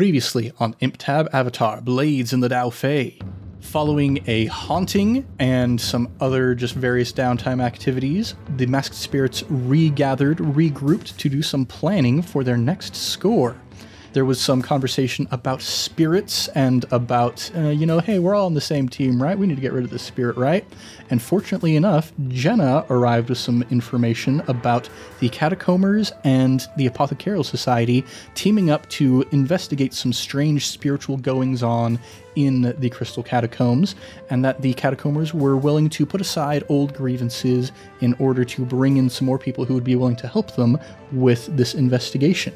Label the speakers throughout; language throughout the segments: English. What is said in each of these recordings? Speaker 1: previously on ImpTab Avatar Blades in the Dao Fei. Following a haunting and some other just various downtime activities, the Masked Spirits regathered, regrouped to do some planning for their next score. There was some conversation about spirits and about, uh, you know, hey, we're all on the same team, right? We need to get rid of the spirit, right? And fortunately enough, Jenna arrived with some information about the Catacombers and the Apothecarial Society teaming up to investigate some strange spiritual goings on in the Crystal Catacombs, and that the Catacombers were willing to put aside old grievances in order to bring in some more people who would be willing to help them with this investigation.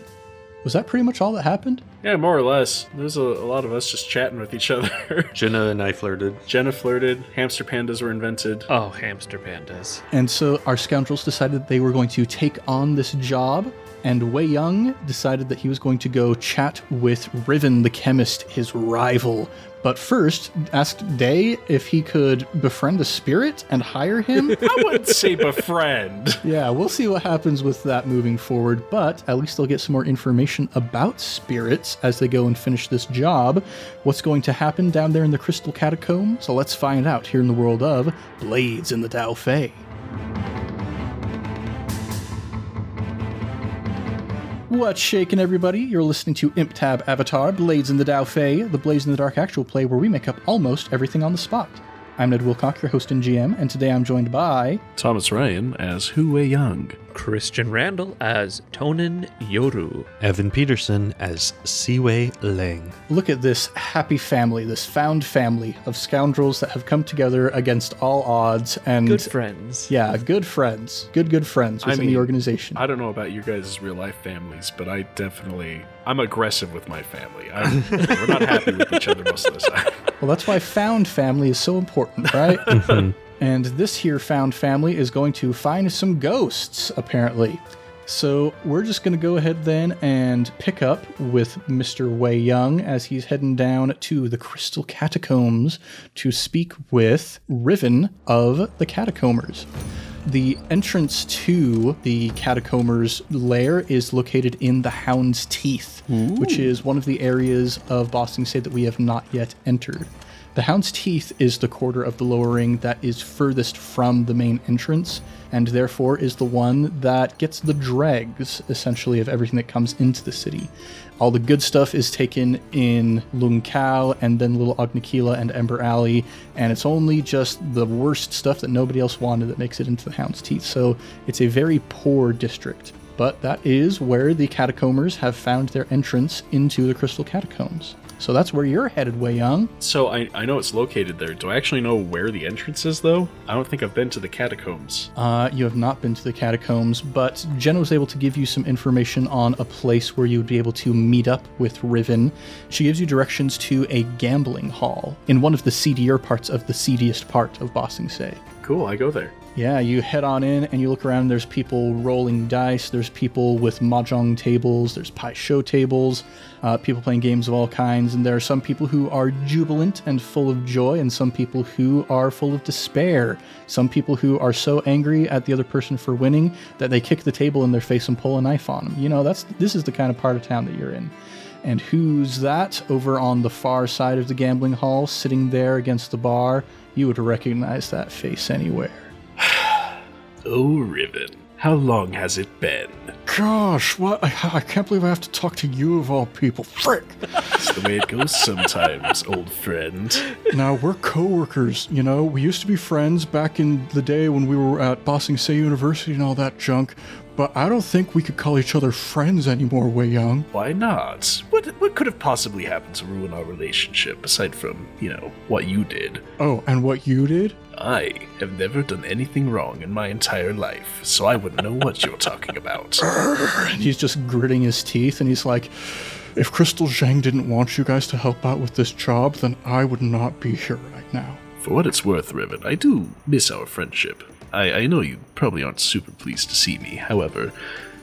Speaker 1: Was that pretty much all that happened?
Speaker 2: Yeah, more or less. There's a, a lot of us just chatting with each other.
Speaker 3: Jenna and I flirted.
Speaker 2: Jenna flirted. Hamster pandas were invented.
Speaker 4: Oh, hamster pandas.
Speaker 1: And so our scoundrels decided they were going to take on this job, and Wei Young decided that he was going to go chat with Riven the chemist, his rival. But first, asked Day if he could befriend a spirit and hire him.
Speaker 2: I wouldn't say befriend.
Speaker 1: yeah, we'll see what happens with that moving forward, but at least they'll get some more information about spirits as they go and finish this job. What's going to happen down there in the Crystal Catacomb? So let's find out here in the world of Blades in the Dao Fei. What's shaking, everybody? You're listening to Imp Tab Avatar Blades in the Dao Fei, the Blades in the Dark actual play where we make up almost everything on the spot. I'm Ned Wilcock, your host and GM, and today I'm joined by.
Speaker 2: Thomas Ryan as Hue Young.
Speaker 4: Christian Randall as Tonin Yoru.
Speaker 3: Evan Peterson as Siwei Lang.
Speaker 1: Look at this happy family, this found family of scoundrels that have come together against all odds and.
Speaker 4: Good friends.
Speaker 1: Yeah, good friends. Good, good friends
Speaker 2: I
Speaker 1: within
Speaker 2: mean,
Speaker 1: the organization.
Speaker 2: I don't know about your guys' real life families, but I definitely I'm aggressive with my family. i we're not happy with each other most of the time.
Speaker 1: Well, that's why found family is so important, right? and this here found family is going to find some ghosts, apparently. So we're just going to go ahead then and pick up with Mr. Wei Young as he's heading down to the Crystal Catacombs to speak with Riven of the Catacombers. The entrance to the Catacombers lair is located in the Hound's Teeth, which is one of the areas of Boston State that we have not yet entered. The Hound's Teeth is the quarter of the lower ring that is furthest from the main entrance, and therefore is the one that gets the dregs, essentially, of everything that comes into the city. All the good stuff is taken in Lung Khao and then Little Ognakila and Ember Alley, and it's only just the worst stuff that nobody else wanted that makes it into the Hound's Teeth, so it's a very poor district. But that is where the catacombers have found their entrance into the Crystal Catacombs. So that's where you're headed, Wei Young.
Speaker 2: So I, I know it's located there. Do I actually know where the entrance is though? I don't think I've been to the catacombs.
Speaker 1: Uh, you have not been to the catacombs, but Jenna was able to give you some information on a place where you would be able to meet up with Riven. She gives you directions to a gambling hall in one of the seedier parts of the seediest part of Bossing Say.
Speaker 2: Cool, I go there.
Speaker 1: Yeah, you head on in and you look around. There's people rolling dice. There's people with mahjong tables. There's pie show tables. Uh, people playing games of all kinds. And there are some people who are jubilant and full of joy, and some people who are full of despair. Some people who are so angry at the other person for winning that they kick the table in their face and pull a knife on them. You know, that's this is the kind of part of town that you're in. And who's that over on the far side of the gambling hall, sitting there against the bar? You would recognize that face anywhere.
Speaker 2: Oh Riven. How long has it been?
Speaker 1: Gosh, what? I, I can't believe I have to talk to you of all people. Frick!
Speaker 2: It's the way it goes sometimes, old friend.
Speaker 1: now, we're coworkers, you know? We used to be friends back in the day when we were at Bossing Se University and all that junk, but I don't think we could call each other friends anymore, Wei Young.
Speaker 2: Why not? What what could have possibly happened to ruin our relationship aside from, you know, what you did?
Speaker 1: Oh, and what you did?
Speaker 2: I have never done anything wrong in my entire life, so I wouldn't know what you're talking about.
Speaker 1: And he's just gritting his teeth and he's like, if Crystal Zhang didn't want you guys to help out with this job, then I would not be here right now.
Speaker 2: For what it's worth, Riven, I do miss our friendship. I, I know you probably aren't super pleased to see me, however,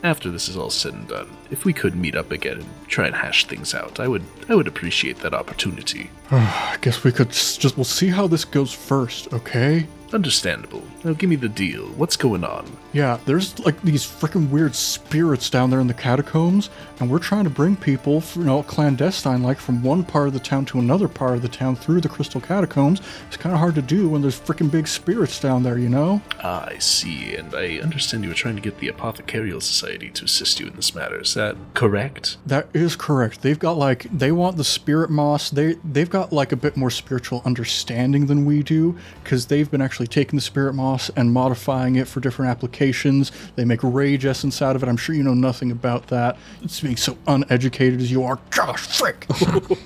Speaker 2: after this is all said and done, if we could meet up again and try and hash things out, I would I would appreciate that opportunity.
Speaker 1: I guess we could s- just, we'll see how this goes first, okay?
Speaker 5: Understandable. Now give me the deal. What's going on?
Speaker 1: Yeah, there's like these freaking weird spirits down there in the catacombs, and we're trying to bring people, you know, clandestine, like from one part of the town to another part of the town through the crystal catacombs. It's kind of hard to do when there's freaking big spirits down there, you know?
Speaker 5: Ah, I see, and I understand you were trying to get the Apothecarial Society to assist you in this matter. Is that correct?
Speaker 1: That is correct. They've got like they want the spirit moss. They they've got like a bit more spiritual understanding than we do because they've been actually taking the spirit moss and modifying it for different applications. They make rage essence out of it. I'm sure you know nothing about that. It's being so uneducated as you are, Josh Frick.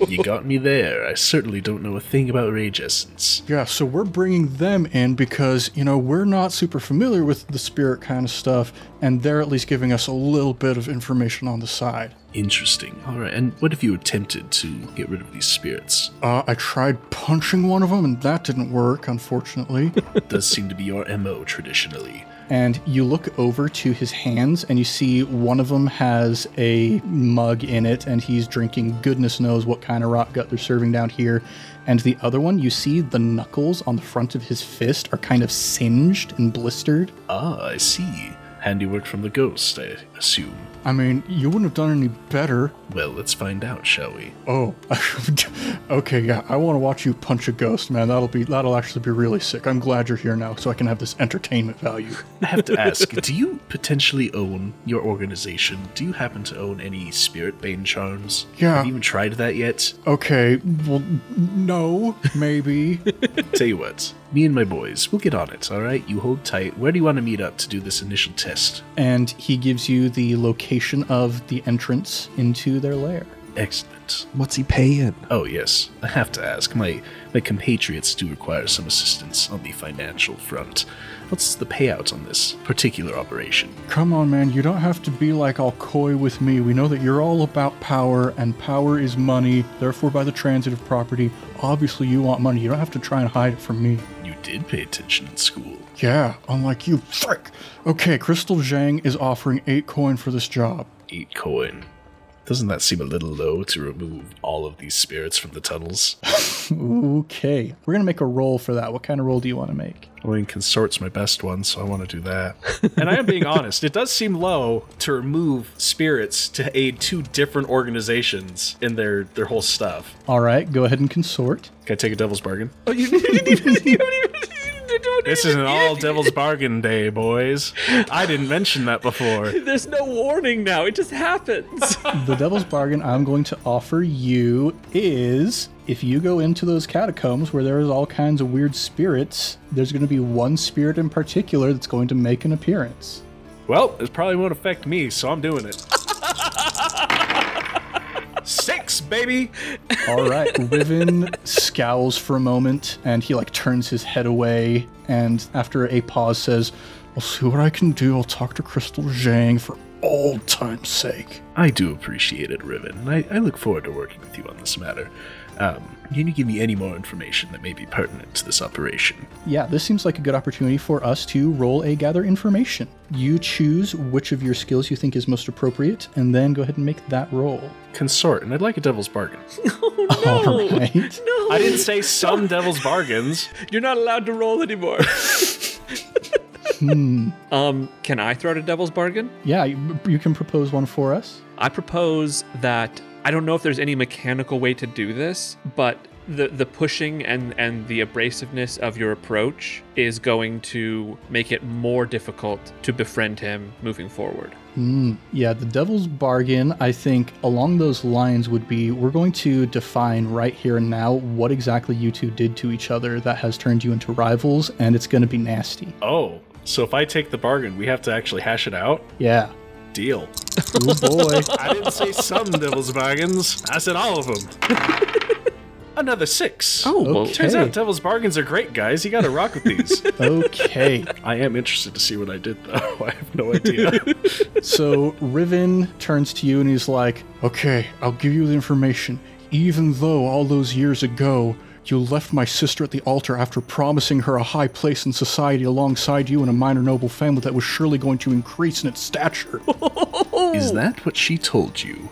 Speaker 5: you got me there. I certainly don't know a thing about Rage Essence.
Speaker 1: Yeah, so we're bringing them in because, you know, we're not super familiar with the spirit kind of stuff, and they're at least giving us a little bit of information on the side.
Speaker 5: Interesting. Alright, and what if you attempted to get rid of these spirits?
Speaker 1: Uh, I tried punching one of them, and that didn't work, unfortunately.
Speaker 5: It does seem to be your MO traditionally.
Speaker 1: and you look over to his hands, and you see one of them has a mug in it, and he's drinking goodness knows what kind of rot gut they're serving down here. And the other one, you see the knuckles on the front of his fist are kind of singed and blistered.
Speaker 5: Ah, I see. Handiwork from the ghost, I assume.
Speaker 1: I mean, you wouldn't have done any better.
Speaker 5: Well, let's find out, shall we?
Speaker 1: Oh, okay, yeah. I want to watch you punch a ghost, man. That'll be that'll actually be really sick. I'm glad you're here now, so I can have this entertainment value.
Speaker 5: I have to ask, do you potentially own your organization? Do you happen to own any spirit bane charms?
Speaker 1: Yeah.
Speaker 5: Have you even tried that yet?
Speaker 1: Okay, well, no, maybe.
Speaker 5: Tell you what, me and my boys, we'll get on it, alright? You hold tight. Where do you want to meet up to do this initial test?
Speaker 1: and he gives you the location of the entrance into their lair.
Speaker 5: Excellent.
Speaker 3: What's he paying?
Speaker 5: Oh yes, I have to ask. My my compatriots do require some assistance on the financial front. What's the payout on this particular operation?
Speaker 1: Come on, man. You don't have to be like all coy with me. We know that you're all about power, and power is money. Therefore, by the transitive property, obviously you want money. You don't have to try and hide it from me.
Speaker 5: You did pay attention in school.
Speaker 1: Yeah, unlike you, frick. Okay, Crystal Zhang is offering eight coin for this job.
Speaker 5: Eight coin. Doesn't that seem a little low to remove all of these spirits from the tunnels?
Speaker 1: Okay, we're gonna make a roll for that. What kind of roll do you want to make?
Speaker 5: I mean, Consort's my best one, so I want to do that.
Speaker 2: and I am being honest, it does seem low to remove spirits to aid two different organizations in their their whole stuff.
Speaker 1: All right, go ahead and consort.
Speaker 2: Can I take a devil's bargain?
Speaker 5: this is an all devil's bargain day, boys. I didn't mention that before.
Speaker 4: There's no warning now. It just happens.
Speaker 1: The devil's bargain I'm going to offer you is if you go into those catacombs where there is all kinds of weird spirits, there's going to be one spirit in particular that's going to make an appearance.
Speaker 2: Well, it probably won't affect me, so I'm doing it. Six, baby.
Speaker 1: All right, Riven scowls for a moment and he like turns his head away and after a pause says, "I'll see what I can do. I'll talk to Crystal Zhang for old time's sake."
Speaker 5: I do appreciate it, Riven, and I, I look forward to working with you on this matter. Um, can you give me any more information that may be pertinent to this operation?
Speaker 1: Yeah, this seems like a good opportunity for us to roll a gather information. You choose which of your skills you think is most appropriate, and then go ahead and make that roll.
Speaker 2: Consort, and I'd like a devil's bargain.
Speaker 1: All right.
Speaker 2: I didn't say some devil's bargains.
Speaker 4: You're not allowed to roll anymore.
Speaker 3: Hmm.
Speaker 4: Um, can I throw out a devil's bargain?
Speaker 1: Yeah, you, you can propose one for us.
Speaker 4: I propose that I don't know if there's any mechanical way to do this, but the the pushing and and the abrasiveness of your approach is going to make it more difficult to befriend him moving forward.
Speaker 1: Yeah, the devil's bargain, I think, along those lines would be we're going to define right here and now what exactly you two did to each other that has turned you into rivals, and it's going to be nasty.
Speaker 2: Oh, so if I take the bargain, we have to actually hash it out.
Speaker 1: Yeah.
Speaker 2: Deal.
Speaker 1: Oh boy.
Speaker 2: I didn't say some devil's bargains. I said all of them. Another six.
Speaker 4: well,
Speaker 1: Okay.
Speaker 2: Turns out devil's bargains are great, guys. You gotta rock with these.
Speaker 1: okay.
Speaker 2: I am interested to see what I did, though. I have no idea.
Speaker 1: So Riven turns to you and he's like, Okay, I'll give you the information. Even though all those years ago, You left my sister at the altar after promising her a high place in society alongside you and a minor noble family that was surely going to increase in its stature.
Speaker 5: Is that what she told you?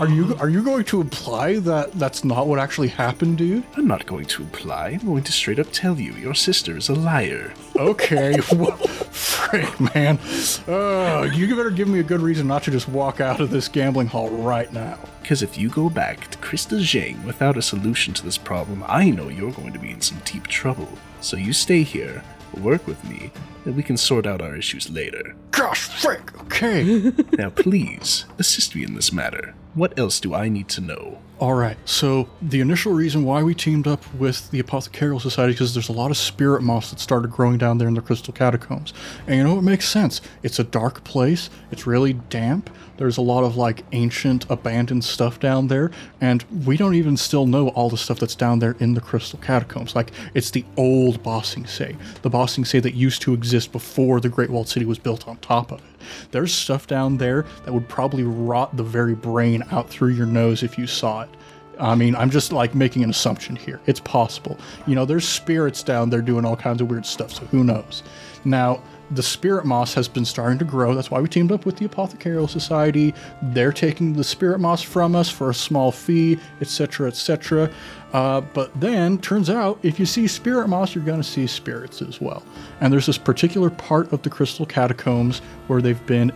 Speaker 1: are you are you going to imply that that's not what actually happened, dude?
Speaker 5: I'm not going to imply. I'm going to straight up tell you your sister is a liar.
Speaker 1: Okay, wha- Frank, man, uh, you better give me a good reason not to just walk out of this gambling hall right now.
Speaker 5: Because if you go back to Krista Zhang without a solution to this problem, I know you're going to be in some deep trouble. So you stay here, work with me, and we can sort out our issues later.
Speaker 1: Gosh, Frank. Okay.
Speaker 5: now, please, assist me in this matter. What else do I need to know?
Speaker 1: All right. So the initial reason why we teamed up with the Apothecarial Society because there's a lot of spirit moss that started growing down there in the Crystal Catacombs, and you know it makes sense. It's a dark place. It's really damp. There's a lot of like ancient, abandoned stuff down there, and we don't even still know all the stuff that's down there in the Crystal Catacombs. Like it's the old Bossing Say, the Bossing Say that used to exist before the Great Walled City was built on top of it. There's stuff down there that would probably rot the very brain out through your nose if you saw it. I mean, I'm just like making an assumption here. It's possible. You know, there's spirits down there doing all kinds of weird stuff, so who knows? Now, the spirit moss has been starting to grow. That's why we teamed up with the Apothecarial Society. They're taking the spirit moss from us for a small fee, etc., etc. Uh, but then, turns out, if you see spirit moss, you're going to see spirits as well. And there's this particular part of the crystal catacombs where they've been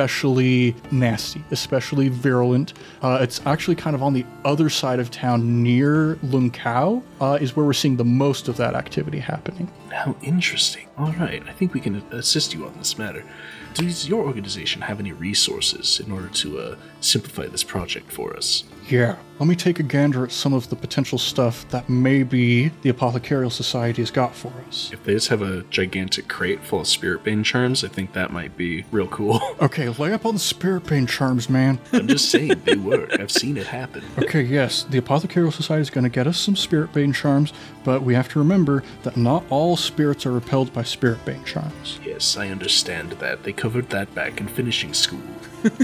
Speaker 1: especially nasty, especially virulent. Uh, it's actually kind of on the other side of town near Lunkau, uh, is where we're seeing the most of that activity happening.
Speaker 5: How interesting. All right, I think we can assist you on this matter. Does your organization have any resources in order to uh, simplify this project for us?
Speaker 1: Yeah. Let me take a gander at some of the potential stuff that maybe the Apothecarial Society has got for us.
Speaker 2: If they just have a gigantic crate full of spirit bane charms, I think that might be real cool.
Speaker 1: Okay, lay up on the spirit pain charms, man.
Speaker 5: I'm just saying, they work. I've seen it happen.
Speaker 1: Okay, yes, the Apothecarial Society is going to get us some spirit bane charms, but we have to remember that not all spirits are repelled by spirit bane charms.
Speaker 5: Yes, I understand that. They covered that back in finishing school.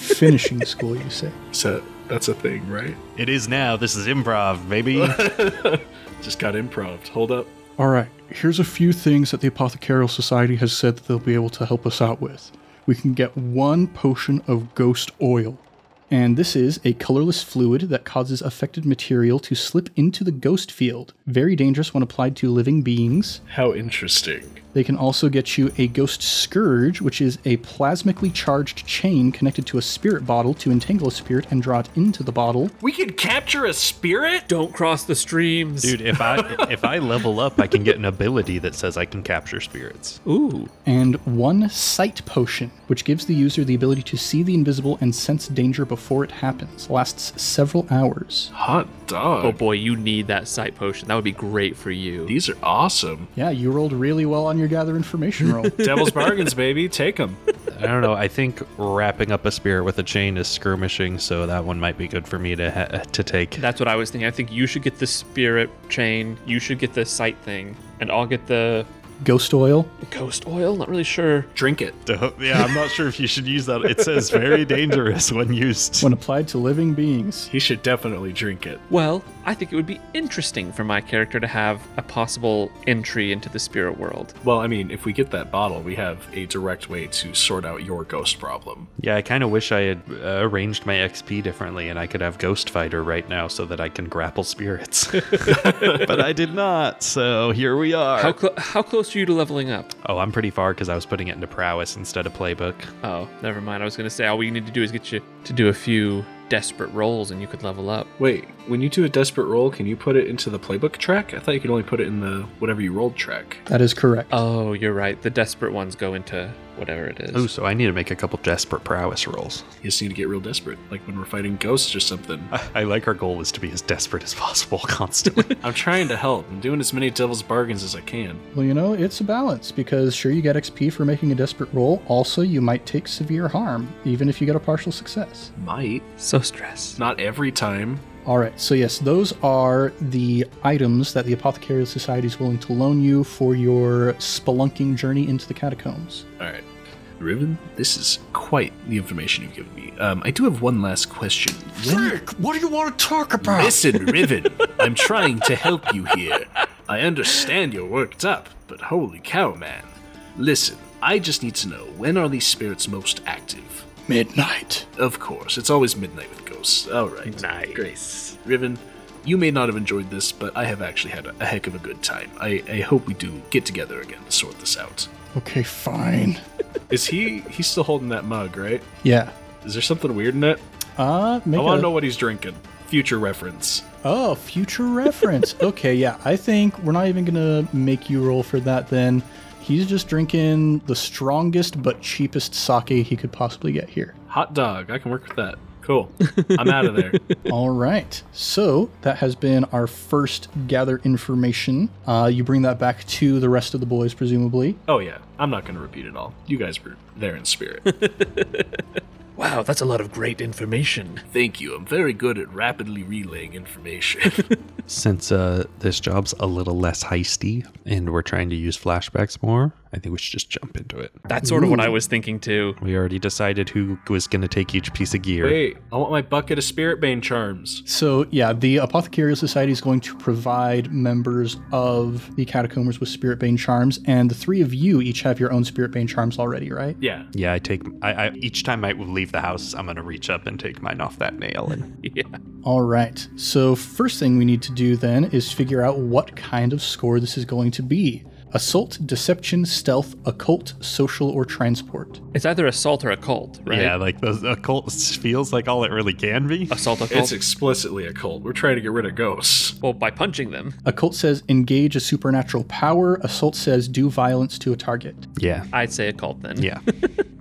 Speaker 1: Finishing school, you say?
Speaker 2: So that's a thing, right?
Speaker 6: It is now. This is improv, baby.
Speaker 2: Just got improved. Hold up.
Speaker 1: All right, here's a few things that the Apothecarial Society has said that they'll be able to help us out with. We can get one potion of ghost oil. And this is a colorless fluid that causes affected material to slip into the ghost field. Very dangerous when applied to living beings.
Speaker 2: How interesting.
Speaker 1: They can also get you a Ghost Scourge, which is a plasmically charged chain connected to a spirit bottle to entangle a spirit and draw it into the bottle.
Speaker 2: We can capture a spirit?
Speaker 4: Don't cross the streams.
Speaker 6: Dude, if I if I level up, I can get an ability that says I can capture spirits.
Speaker 4: Ooh.
Speaker 1: And one Sight Potion, which gives the user the ability to see the invisible and sense danger before it happens. Lasts several hours.
Speaker 2: Hot dog.
Speaker 4: Oh boy, you need that sight potion. That would be great for you.
Speaker 2: These are awesome.
Speaker 1: Yeah, you rolled really well on your gather information roll.
Speaker 2: Devil's bargains, baby. Take them.
Speaker 6: I don't know. I think wrapping up a spirit with a chain is skirmishing, so that one might be good for me to ha- to take.
Speaker 4: That's what I was thinking. I think you should get the spirit chain, you should get the sight thing, and I'll get the
Speaker 1: Ghost oil.
Speaker 4: ghost oil. Not really sure.
Speaker 2: Drink it.
Speaker 6: Yeah, I'm not sure if you should use that. It says very dangerous when used.
Speaker 1: When applied to living beings.
Speaker 2: He should definitely drink it.
Speaker 4: Well, I think it would be interesting for my character to have a possible entry into the spirit world.
Speaker 2: Well, I mean, if we get that bottle, we have a direct way to sort out your ghost problem.
Speaker 6: Yeah, I kind of wish I had uh, arranged my XP differently and I could have Ghost Fighter right now so that I can grapple spirits. but I did not, so here we are.
Speaker 4: How cl- how close are you to leveling up?
Speaker 6: oh, I'm pretty far because I was putting it into prowess instead of playbook.
Speaker 4: Oh, never mind. I was gonna say all we need to do is get you to do a few desperate rolls, and you could level up.
Speaker 2: Wait, when you do a desperate roll, can you put it into the playbook track? I thought you could only put it in the whatever you rolled track.
Speaker 1: That is correct.
Speaker 4: Oh, you're right. The desperate ones go into whatever it is.
Speaker 6: Oh, so I need to make a couple desperate prowess rolls.
Speaker 2: You just need to get real desperate, like when we're fighting ghosts or something.
Speaker 6: I, I like our goal is to be as desperate as possible constantly.
Speaker 2: I'm trying to help. I'm doing as many devil's bargains as I can.
Speaker 1: Well, you know, it's a balance because sure, you get XP for making a desperate roll. Also, you might take severe harm, even if you get a partial success.
Speaker 2: Might.
Speaker 4: so stressed.
Speaker 2: Not every time.
Speaker 1: All right, so yes, those are the items that the Apothecarial Society is willing to loan you for your spelunking journey into the catacombs.
Speaker 2: All right.
Speaker 5: Riven, this is quite the information you've given me. Um, I do have one last question. When-
Speaker 7: what do you want to talk about?
Speaker 5: Listen, Riven, I'm trying to help you here. I understand you're worked up, but holy cow, man. Listen, I just need to know when are these spirits most active?
Speaker 1: Midnight.
Speaker 5: Of course, it's always midnight with ghosts. All right.
Speaker 4: Nice.
Speaker 5: Grace. Riven, you may not have enjoyed this, but I have actually had a, a heck of a good time. I, I hope we do get together again to sort this out.
Speaker 1: Okay, fine.
Speaker 2: Is he? He's still holding that mug, right?
Speaker 1: Yeah.
Speaker 2: Is there something weird in it?
Speaker 1: Uh, make
Speaker 2: I want
Speaker 1: a-
Speaker 2: to know what he's drinking. Future reference.
Speaker 1: Oh, future reference. okay, yeah. I think we're not even going to make you roll for that then. He's just drinking the strongest but cheapest sake he could possibly get here.
Speaker 2: Hot dog. I can work with that. Cool. I'm out of there.
Speaker 1: All right. So that has been our first gather information. Uh, you bring that back to the rest of the boys, presumably.
Speaker 2: Oh yeah. I'm not gonna repeat it all. You guys were there in spirit.
Speaker 4: Wow, that's a lot of great information.
Speaker 5: Thank you. I'm very good at rapidly relaying information.
Speaker 6: Since uh, this job's a little less heisty and we're trying to use flashbacks more, I think we should just jump into it.
Speaker 4: That's sort of what I was thinking too.
Speaker 6: We already decided who was going to take each piece of gear.
Speaker 2: Wait. I want my bucket of spirit bane charms.
Speaker 1: So, yeah, the Apothecarial Society is going to provide members of the Catacombers with Spirit Bane charms, and the three of you each have your own Spirit Bane charms already, right?
Speaker 2: Yeah.
Speaker 6: Yeah, I take. I, I each time I leave the house, I'm gonna reach up and take mine off that nail. And
Speaker 4: Yeah.
Speaker 1: All right. So, first thing we need to do then is figure out what kind of score this is going to be assault, deception, stealth, occult, social, or transport.
Speaker 4: It's either assault or occult, right?
Speaker 6: yeah, like those occult feels like all it really can be.
Speaker 4: Assault occult.
Speaker 2: It's explicitly a cult. We're trying to get rid of ghosts.
Speaker 4: well, by punching them.
Speaker 1: Occult says engage a supernatural power, assault says do violence to a target.
Speaker 6: Yeah,
Speaker 4: I'd say occult then.
Speaker 6: yeah.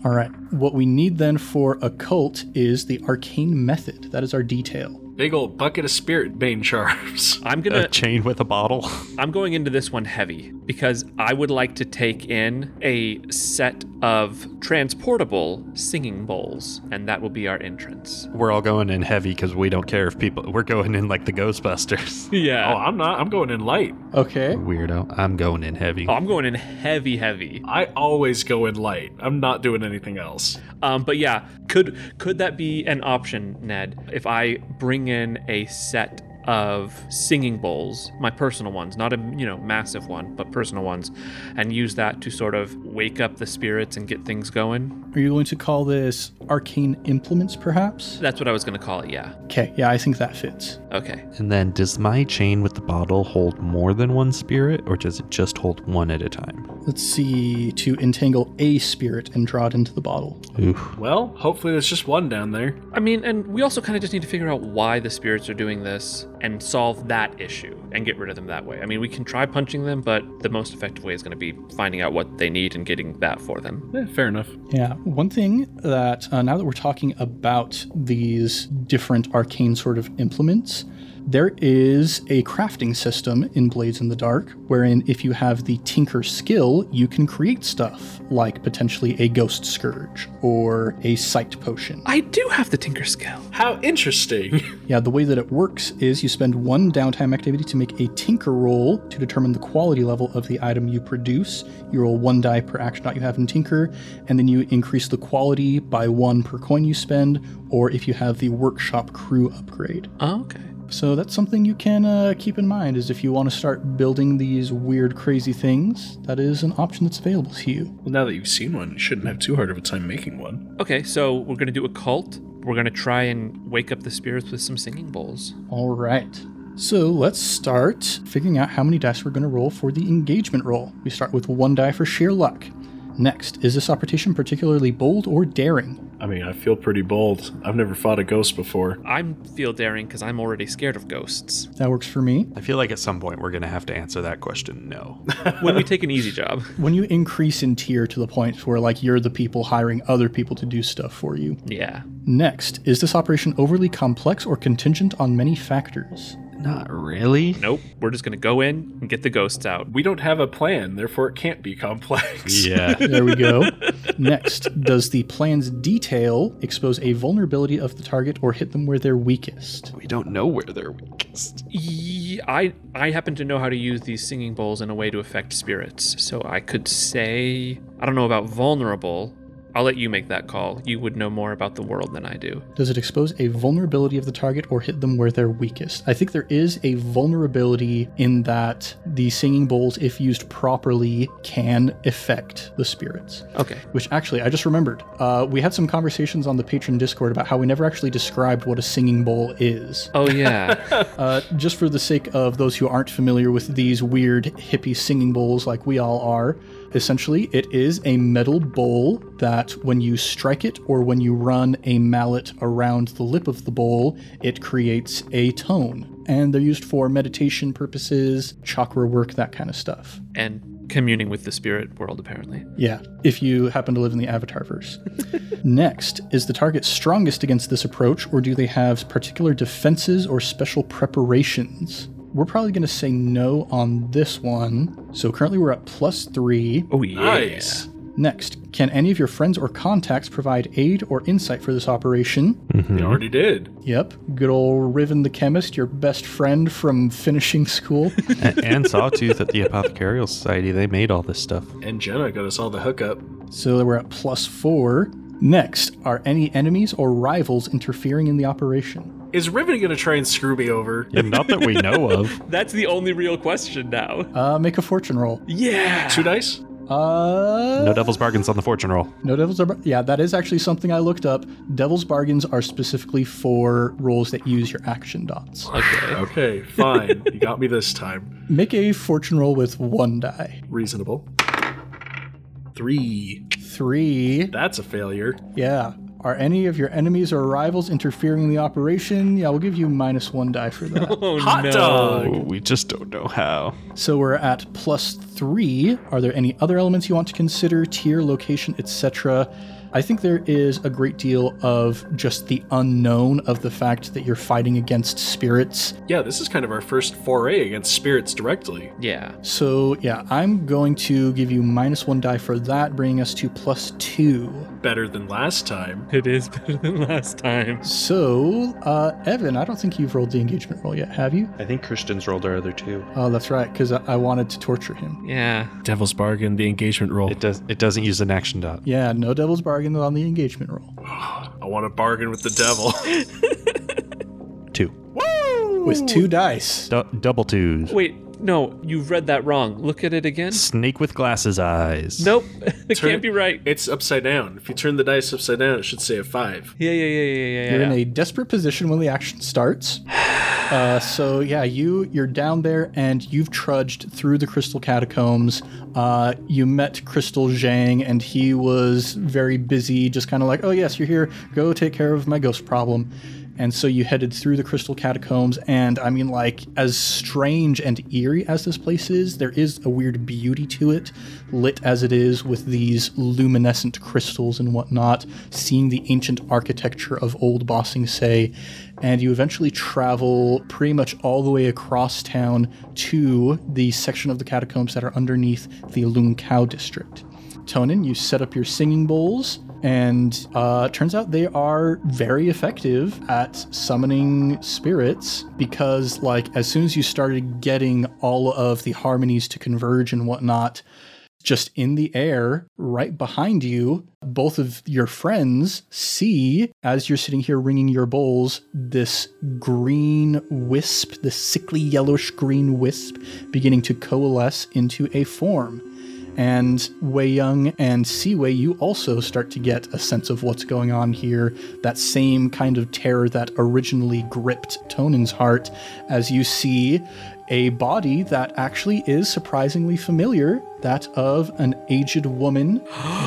Speaker 1: All right. What we need then for occult is the arcane method. That is our detail.
Speaker 2: Big old bucket of spirit bane charms.
Speaker 4: I'm
Speaker 6: A
Speaker 4: gonna
Speaker 6: chain with a bottle.
Speaker 4: I'm going into this one heavy because I would like to take in a set of transportable singing bowls, and that will be our entrance.
Speaker 6: We're all going in heavy because we don't care if people. We're going in like the Ghostbusters.
Speaker 2: Oh,
Speaker 4: Yeah.
Speaker 2: I'm not. I'm going in light.
Speaker 1: Okay.
Speaker 6: Weirdo. I'm going in heavy.
Speaker 4: Oh, I'm going in heavy, heavy.
Speaker 2: I always go in light. I'm not doing anything else.
Speaker 4: Um, but yeah, could could that be an option, Ned? If I bring in a set of singing bowls, my personal ones, not a you know massive one, but personal ones, and use that to sort of wake up the spirits and get things going.
Speaker 1: Are you going to call this arcane implements, perhaps?
Speaker 4: That's what I was gonna call it. Yeah.
Speaker 1: Okay. Yeah, I think that fits.
Speaker 4: Okay.
Speaker 6: And then, does my chain with the bottle hold more than one spirit, or does it just hold one at a time?
Speaker 1: Let's see. To entangle a spirit and draw it into the bottle.
Speaker 6: Oof.
Speaker 2: Well, hopefully there's just one down there.
Speaker 4: I mean, and we also kind of just need to figure out why the spirits are doing this and solve that issue and get rid of them that way. I mean, we can try punching them, but the most effective way is going to be finding out what they need and getting that for them.
Speaker 2: Eh, fair enough.
Speaker 1: Yeah. One thing that, uh, now that we're talking about these different arcane sort of implements, there is a crafting system in Blades in the Dark wherein if you have the Tinker skill, you can create stuff like potentially a Ghost Scourge or a Sight Potion.
Speaker 4: I do have the Tinker skill.
Speaker 2: How interesting.
Speaker 1: Yeah, the way that it works is you spend one downtime activity to make a tinker roll to determine the quality level of the item you produce. You roll one die per action dot you have in tinker, and then you increase the quality by one per coin you spend, or if you have the workshop crew upgrade.
Speaker 4: Oh, okay.
Speaker 1: So that's something you can uh, keep in mind is if you want to start building these weird, crazy things, that is an option that's available to you.
Speaker 5: well, now that you've seen one, you shouldn't have too hard of a time making one.
Speaker 4: Okay, so we're going to do a cult. We're going to try and wake up the spirits with some singing bowls.
Speaker 1: All right. So let's start figuring out how many dice we're going to roll for the engagement roll. We start with one die for sheer luck. Next, is this operation particularly bold or daring?
Speaker 2: I mean, I feel pretty bold. I've never fought a ghost before.
Speaker 4: I am feel daring because I'm already scared of ghosts.
Speaker 1: That works for me.
Speaker 6: I feel like at some point we're gonna have to answer that question. No.
Speaker 4: when we take an easy job.
Speaker 1: When you increase in tier to the point where, like, you're the people hiring other people to do stuff for you.
Speaker 4: Yeah.
Speaker 1: Next, is this operation overly complex or contingent on many factors?
Speaker 6: Not really.
Speaker 4: Nope. We're just going to go in and get the ghosts out.
Speaker 2: We don't have a plan, therefore it can't be complex.
Speaker 6: Yeah.
Speaker 1: There we go. Next, does the plan's detail expose a vulnerability of the target or hit them where they're weakest?
Speaker 6: we don't know where they're weakest.
Speaker 4: Ye- I I happen to know how to use these singing bowls in a way to affect spirits, so I could say I don't know about vulnerable. I'll let you make that call. You would know more about the world than I do.
Speaker 1: Does it expose a vulnerability of the target or hit them where they're weakest? I think there is a vulnerability in that the singing bowls, if used properly, can affect the spirits.
Speaker 4: Okay.
Speaker 1: Which actually, I just remembered. Uh, we had some conversations on the patron Discord about how we never actually described what a singing bowl is.
Speaker 4: Oh yeah.
Speaker 1: Uh, just for the sake of those who aren't familiar with these weird hippie singing bowls like we all are, essentially it is a metal bowl that when you strike it or when you run a mallet around the lip of the bowl, it creates a tone. And they're used for meditation purposes, chakra work, that kind of stuff.
Speaker 4: and communing with the spirit world apparently.
Speaker 1: Yeah, if you happen to live in the Avatarverse. Next, is the target strongest against this approach, or do they have particular defenses or special preparations? We're probably going to say no on this one. So currently we're at plus three.
Speaker 4: Oh yeah.
Speaker 2: Nice.
Speaker 1: Next, can any of your friends or contacts provide aid or insight for this operation?
Speaker 2: You already did.
Speaker 1: Yep, good old Riven the Chemist, your best friend from finishing school.
Speaker 6: and Sawtooth at the Apothecarial Society, they made all this stuff.
Speaker 2: And Jenna got us all the hookup.
Speaker 1: So we're at plus four. Next, are any enemies or rivals interfering in the operation?
Speaker 2: Is Riven gonna try and screw me over?
Speaker 6: not that we know of.
Speaker 4: That's the only real question now.
Speaker 1: Uh, make a fortune roll.
Speaker 4: Yeah.
Speaker 2: Two dice?
Speaker 1: Uh,
Speaker 6: No devil's bargains on the fortune roll.
Speaker 1: no devil's. Bar- yeah, that is actually something I looked up. Devil's bargains are specifically for rolls that use your action dots.
Speaker 4: Okay.
Speaker 2: Okay, fine. you got me this time.
Speaker 1: Make a fortune roll with one die.
Speaker 2: Reasonable. Three.
Speaker 1: Three.
Speaker 2: That's a failure.
Speaker 1: Yeah. Are any of your enemies or rivals interfering in the operation? Yeah, we'll give you minus one die for that.
Speaker 4: Oh
Speaker 2: Hot
Speaker 4: no.
Speaker 2: dog!
Speaker 6: Oh, we just don't know how.
Speaker 1: so we're at plus three. Are there any other elements you want to consider? Tier, location, etc. I think there is a great deal of just the unknown of the fact that you're fighting against spirits
Speaker 2: Yeah, this is kind of our first foray against spirits directly.
Speaker 4: Yeah.
Speaker 1: So, yeah, I'm going to give you minus one die for that, bringing us to plus two.
Speaker 2: Better than last time.
Speaker 4: It is better than last time.
Speaker 1: So, uh, Evan, I don't think you've rolled the engagement roll yet, have you?
Speaker 3: I think Christian's rolled our other two.
Speaker 1: Oh, that's right, because I-, I wanted to torture him.
Speaker 4: Yeah.
Speaker 2: Devil's bargain, the engagement roll.
Speaker 6: It does. It doesn't use an action dot.
Speaker 1: Yeah, no devil's bargain on the engagement roll.
Speaker 2: I want to bargain with the devil.
Speaker 6: Two.
Speaker 1: With two dice.
Speaker 6: Du- double twos.
Speaker 4: Wait, no, you've read that wrong. Look at it again.
Speaker 6: Snake with glasses eyes.
Speaker 4: Nope. it
Speaker 2: Turn-
Speaker 4: can't be right.
Speaker 2: it's upside down. If you turn the dice upside down, it should say a five.
Speaker 4: Yeah, yeah, yeah, yeah, yeah,
Speaker 1: You're
Speaker 4: yeah.
Speaker 1: in a desperate position when the action starts. Uh, so yeah, you you're down there and you've trudged through the crystal catacombs. Uh, you met Crystal Zhang and he was very busy, just kind of like, oh yes, you're here. Go take care of my ghost problem. And so you headed through the crystal catacombs, and I mean, like, as strange and eerie as this place is, there is a weird beauty to it, lit as it is with these luminescent crystals and whatnot, seeing the ancient architecture of old Bossing Say. And you eventually travel pretty much all the way across town to the section of the catacombs that are underneath the Lung Cow district. Tonin, you set up your singing bowls, and uh, turns out they are very effective at summoning spirits because, like, as soon as you started getting all of the harmonies to converge and whatnot, just in the air right behind you, both of your friends see, as you're sitting here ringing your bowls, this green wisp, this sickly yellowish green wisp beginning to coalesce into a form. And Wei Young and Siwei, you also start to get a sense of what's going on here. That same kind of terror that originally gripped Tonin's heart as you see a body that actually is surprisingly familiar that of an aged woman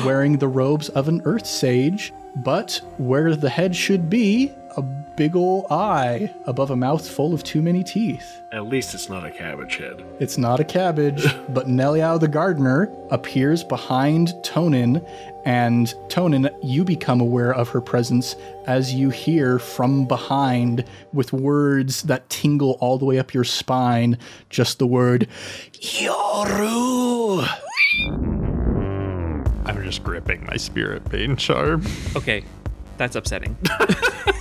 Speaker 1: wearing the robes of an earth sage, but where the head should be, a big ol' eye above a mouth full of too many teeth.
Speaker 2: At least it's not a cabbage head.
Speaker 1: It's not a cabbage, but Neliao the gardener appears behind Tonin, and Tonin, you become aware of her presence as you hear from behind with words that tingle all the way up your spine, just the word Yoru.
Speaker 6: I'm just gripping my spirit pain charm.
Speaker 4: Okay. That's upsetting.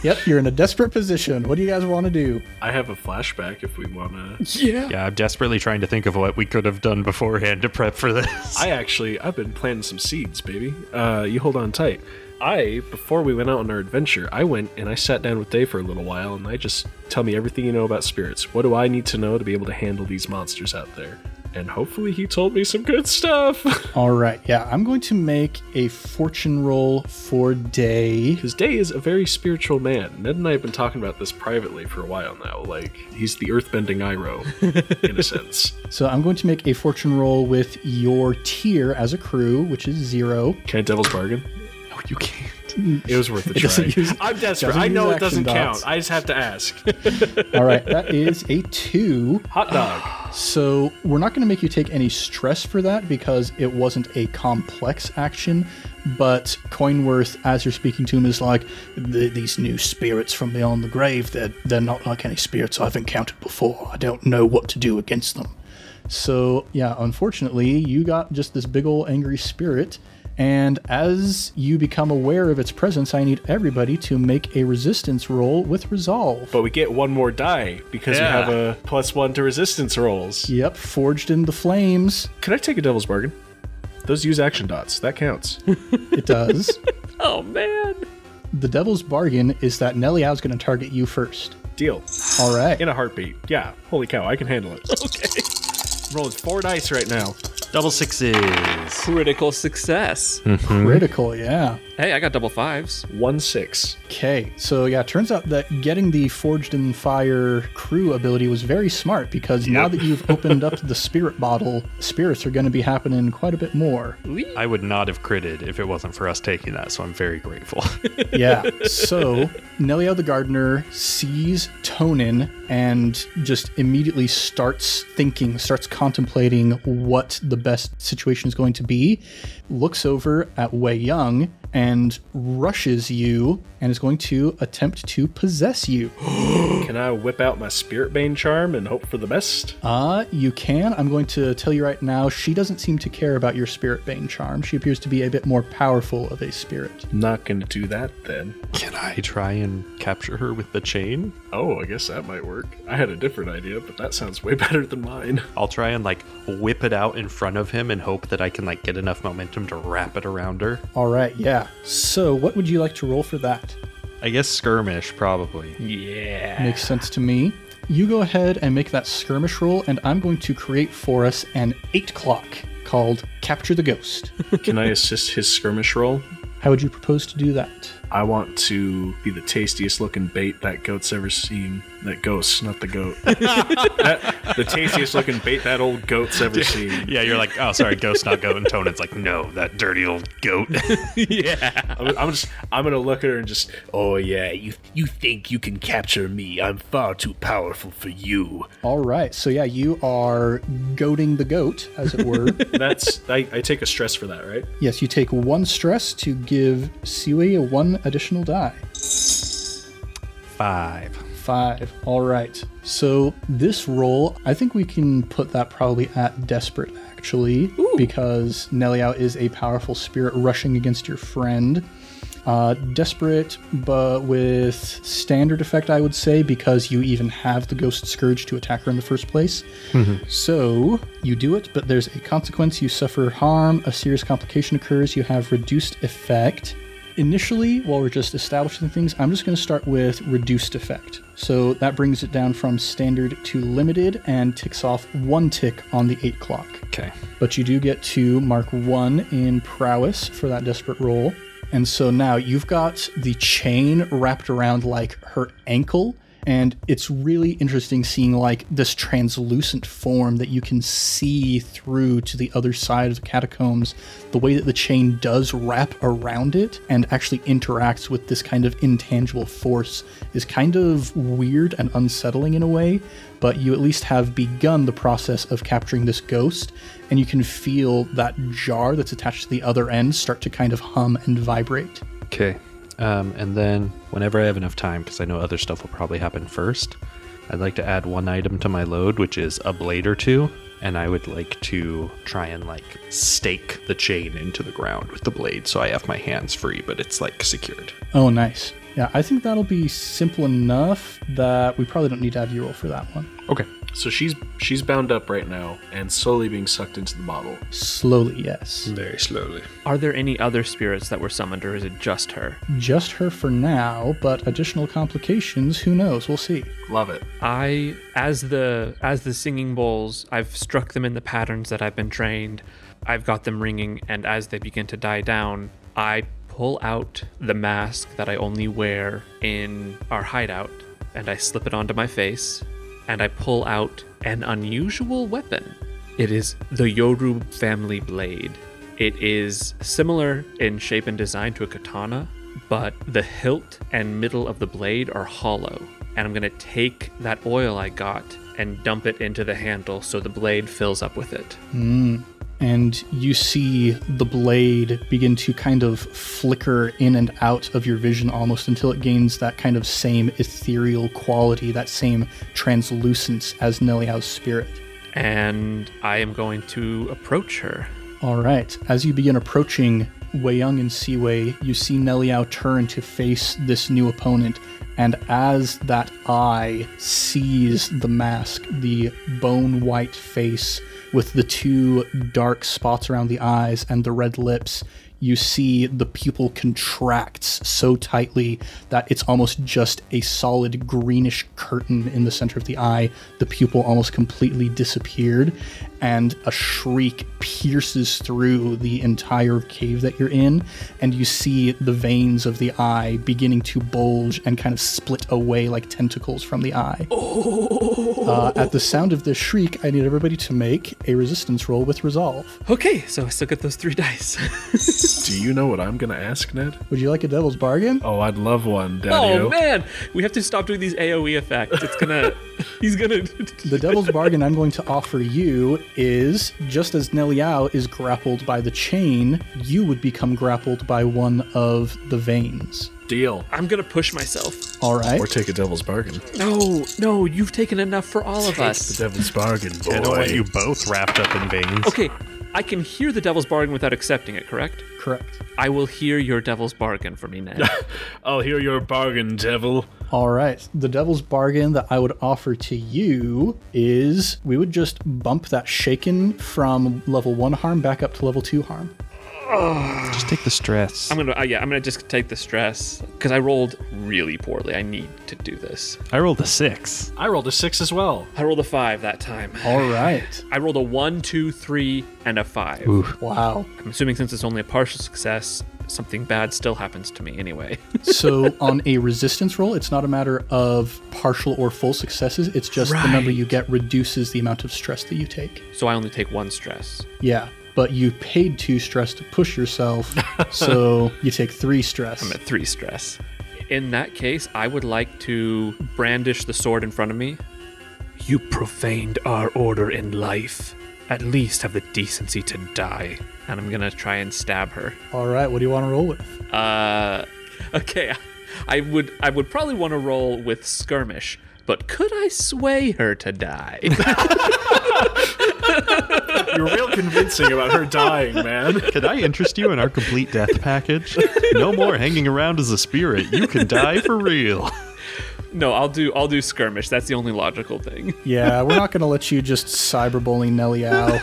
Speaker 1: Yep, you're in a desperate position. What do you guys want to do?
Speaker 2: I have a flashback if we want to.
Speaker 6: Yeah, I'm desperately trying to think of what we could have done beforehand to prep for this.
Speaker 2: I actually, I've been planting some seeds, baby. Uh, you hold on tight. I, before we went out on our adventure, I went and I sat down with Dave for a little while and I just tell me everything you know about spirits. What do I need to know to be able to handle these monsters out there? And hopefully he told me some good stuff.
Speaker 1: All right, yeah, I'm going to make a fortune roll for day.
Speaker 2: Because Day is a very spiritual man. Ned and I have been talking about this privately for a while now. Like, he's the earthbending Iroh, in a sense.
Speaker 1: So I'm going to make a fortune roll with your tier as a crew, which is zero.
Speaker 2: Can I devil's bargain?
Speaker 6: No, you can't.
Speaker 2: It was worth a try.
Speaker 1: doesn't use-
Speaker 2: I'm desperate.
Speaker 1: doesn't
Speaker 2: I know
Speaker 1: use
Speaker 2: it doesn't
Speaker 1: action
Speaker 2: count.
Speaker 1: dots.
Speaker 2: I just have to ask.
Speaker 1: All right, that is a two.
Speaker 2: Hot dog.
Speaker 1: So we're not going to make you take any stress for that because it wasn't a complex action. But Coinworth, as you're speaking to him, is like "The- these new spirits from beyond the grave. They're they're not like any spirits I've encountered before. I don't know what to do against them. So yeah, unfortunately, you got just this big old angry spirit. And as you become aware of its presence, I need everybody to make a resistance roll with resolve.
Speaker 2: But we get one more die because
Speaker 5: Yeah.
Speaker 2: we have a plus one to resistance rolls.
Speaker 1: Yep, forged in the flames.
Speaker 2: Can I take a devil's bargain? Those use action dots. That counts.
Speaker 1: It does.
Speaker 4: oh man.
Speaker 1: The devil's bargain is that Nelly Ao's going to target you first.
Speaker 2: Deal.
Speaker 1: All right.
Speaker 2: In a heartbeat. Yeah. Holy cow, I can handle it. Okay. Rolling four dice right now.
Speaker 6: Double sixes.
Speaker 4: Critical success.
Speaker 1: Critical, yeah.
Speaker 4: hey, I got double fives.
Speaker 2: One six.
Speaker 1: Okay. So, yeah, turns out that getting the Forged in Fire crew ability was very smart because now that you've opened up the spirit bottle, spirits are going to be happening quite a bit more.
Speaker 6: I would not have critted if it wasn't for us taking that, so I'm very grateful.
Speaker 1: yeah. So Nelio the gardener sees Tonin and just immediately starts thinking, starts contemplating what the best situation is going to be. Looks over at Wei Young and rushes you and is going to attempt to possess you.
Speaker 2: Can I whip out my spirit bane charm and hope for the best?
Speaker 1: Uh, you can. I'm going to tell you right now, she doesn't seem to care about your spirit bane charm. She appears to be a bit more powerful of a spirit.
Speaker 2: I'm not gonna do that then.
Speaker 6: Can I try and capture her with the chain?
Speaker 2: Oh, I guess that might work. I had a different idea, but that sounds way better than mine.
Speaker 6: I'll try and like whip it out in front of him and hope that I can like get enough momentum to wrap it around her.
Speaker 1: All right, yeah. So, what would you like to roll for that?
Speaker 6: I guess skirmish probably.
Speaker 1: Makes sense to me. You go ahead and make that skirmish roll, and I'm going to create for us an eight clock called Capture the Ghost.
Speaker 2: Can I assist his skirmish roll?
Speaker 1: How would you propose to do that?
Speaker 2: I want to be the tastiest looking bait that goat's ever seen. That ghost, not the goat. That- the tastiest looking bait that old goat's ever seen.
Speaker 6: Yeah, you're like, oh, sorry, ghost, not goat. And Tonin's like, no, that dirty old goat.
Speaker 2: I'm, I'm just, I'm gonna look at her and just, oh yeah, you, you think you can capture me? I'm far too powerful for you.
Speaker 1: All right, so yeah, you are goading the goat, as it were.
Speaker 2: That's, I, I take a stress for that, right?
Speaker 1: yes, you take one stress to give Siwei a one additional die.
Speaker 6: Five.
Speaker 1: Five. All right. So this roll, I think we can put that probably at desperate, actually, because Neliao is a powerful spirit rushing against your friend. Uh, desperate, but with standard effect, I would say, because you even have the Ghost Scourge to attack her in the first place. So you do it, but there's a consequence. You suffer harm, a serious complication occurs, you have reduced effect. Initially, while we're just establishing things, I'm just going to start with reduced effect. So that brings it down from standard to limited and ticks off one tick on the eight clock.
Speaker 6: Okay.
Speaker 1: But you do get to mark one in prowess for that desperate roll. And so now you've got the chain wrapped around like her ankle. And it's really interesting seeing like this translucent form that you can see through to the other side of the catacombs, the way that the chain does wrap around it and actually interacts with this kind of intangible force is kind of weird and unsettling in a way, but you at least have begun the process of capturing this ghost, and you can feel that jar that's attached to the other end start to kind of hum and vibrate.
Speaker 6: Okay. Um, and then whenever I have enough time, because I know other stuff will probably happen first, I'd like to add one item to my load, which is a blade or two. and I would like to try and like stake the chain into the ground with the blade so I have my hands free, but it's like secured.
Speaker 1: Oh, nice. Yeah, I think that'll be simple enough that we probably don't need to have you roll for that one.
Speaker 6: Okay.
Speaker 2: So she's she's bound up right now and slowly being sucked into the bottle.
Speaker 1: Slowly,
Speaker 6: Hmm.
Speaker 1: yes.
Speaker 8: Very slowly.
Speaker 4: Are there any other spirits that were summoned, or is it just her?
Speaker 1: Just her for now, but additional complications, who knows? We'll see.
Speaker 2: Love it.
Speaker 4: I, as the as the singing bowls, I've struck them in the patterns that I've been trained. I've got them ringing, and as they begin to die down, I pull out the mask that I only wear in our hideout, and I slip it onto my face, and I pull out an unusual weapon. It is the Yorub family blade. It is similar in shape and design to a katana, but the hilt and middle of the blade are hollow. And I'm gonna take that oil I got and dump it into the handle so the blade fills up with it.
Speaker 1: Mm-hmm. And you see the blade begin to kind of flicker in and out of your vision almost until it gains that kind of same ethereal quality, that same translucence as Neliao's spirit.
Speaker 4: And I am going to approach her.
Speaker 1: All right. As you begin approaching Weiyang and Siwei, you see Neliao turn to face this new opponent, and as that eye sees the mask, the bone white face with the two dark spots around the eyes and the red lips, you see the pupil contracts so tightly that it's almost just a solid greenish curtain in the center of the eye. The pupil almost completely disappeared, and a shriek pierces through the entire cave that you're in, and you see the veins of the eye beginning to bulge and kind of split away like tentacles from the eye. Uh, at the sound of this shriek, I need everybody to make a resistance roll with resolve.
Speaker 4: Okay, so I still get those three dice.
Speaker 2: Do you know what I'm gonna ask, Ned?
Speaker 1: Would you like a devil's bargain?
Speaker 2: Oh, I'd love one, Daddy.
Speaker 4: oh man, we have to stop doing these AOE effects. It's gonna, he's gonna.
Speaker 1: The devil's bargain I'm going to offer you is just as Neliao is grappled by the chain, you would become grappled by one of the veins.
Speaker 2: Deal.
Speaker 4: I'm gonna push myself.
Speaker 1: All right.
Speaker 2: Or take a devil's bargain.
Speaker 4: No, no, you've taken enough for all of us.
Speaker 2: Devil's bargain, boy.
Speaker 6: I don't want you both wrapped up in veins.
Speaker 4: Okay, I can hear the devil's bargain without accepting it, correct?
Speaker 1: Correct.
Speaker 4: I will hear your devil's bargain for me, Ned.
Speaker 2: I'll hear your bargain, devil.
Speaker 1: All right. The devil's bargain that I would offer to you is we would just bump that shaken from level one harm back up to level two harm.
Speaker 6: Just take the stress.
Speaker 4: I'm gonna, uh, yeah, I'm gonna just take the stress because I rolled really poorly. I need to do this.
Speaker 6: I rolled a six.
Speaker 2: I rolled a six as well.
Speaker 4: I rolled a five that time.
Speaker 1: All right.
Speaker 4: I rolled a one, two, three, and a five.
Speaker 1: Wow.
Speaker 4: I'm assuming since it's only a partial success, something bad still happens to me anyway.
Speaker 1: so on a resistance roll, it's not a matter of partial or full successes. It's just the number you get reduces the amount of stress that you take.
Speaker 4: so I only take one stress.
Speaker 1: Yeah, but you paid two stress to push yourself, so you take three stress.
Speaker 4: I'm at three stress. In that case, I would like to brandish the sword in front of me. You profaned our order in life. At least have the decency to die. And I'm gonna try and stab her.
Speaker 1: All right, what do you want to roll with?
Speaker 4: Uh, okay. I would I would probably want to roll with skirmish, but could I sway her to die?
Speaker 2: You're real convincing about her dying, man.
Speaker 6: Could I interest you in our complete death package? No more hanging around as a spirit. You can die for real.
Speaker 4: no, I'll do I'll do skirmish. That's the only logical thing.
Speaker 1: Yeah, we're not going to let you just cyberbully Nelly out.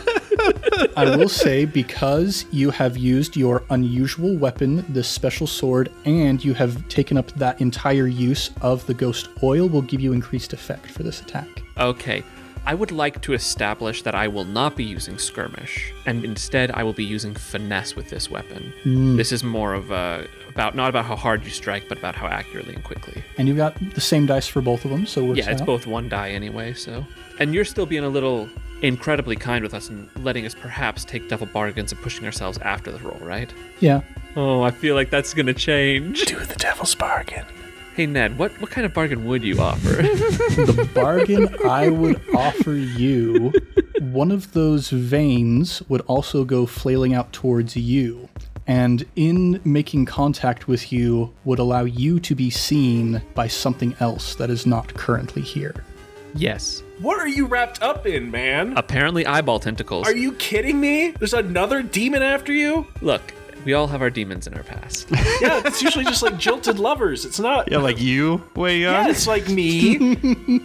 Speaker 1: I will say because you have used your unusual weapon, this special sword, and you have taken up that entire use of the ghost oil, will give you increased effect for this attack.
Speaker 4: Okay. I would like to establish that I will not be using skirmish, and instead I will be using finesse with this weapon. This is more of a about not about how hard you strike, but about how accurately and quickly.
Speaker 1: And you got the same dice for both of them, so we're
Speaker 4: yeah, it's both one die anyway, so. And you're still being a little incredibly kind with us and letting us perhaps take double bargains and pushing ourselves after the roll, right?
Speaker 1: Yeah.
Speaker 4: Oh, I feel like that's gonna change.
Speaker 2: Do the devil's bargain.
Speaker 4: Hey Ned, what what kind of bargain would you offer?
Speaker 1: the bargain I would offer you, one of those veins would also go flailing out towards you, and in making contact with you would allow you to be seen by something else that is not currently here.
Speaker 4: yes.
Speaker 2: What are you wrapped up in, man?
Speaker 4: Apparently, eyeball tentacles.
Speaker 2: Are you kidding me? There's another demon after you?
Speaker 4: Look, we all have our demons in our past.
Speaker 2: Yeah, that's usually just like jilted lovers. It's not.
Speaker 6: Yeah, like you, Wei
Speaker 2: Yeah,
Speaker 6: Young.
Speaker 2: it's like me.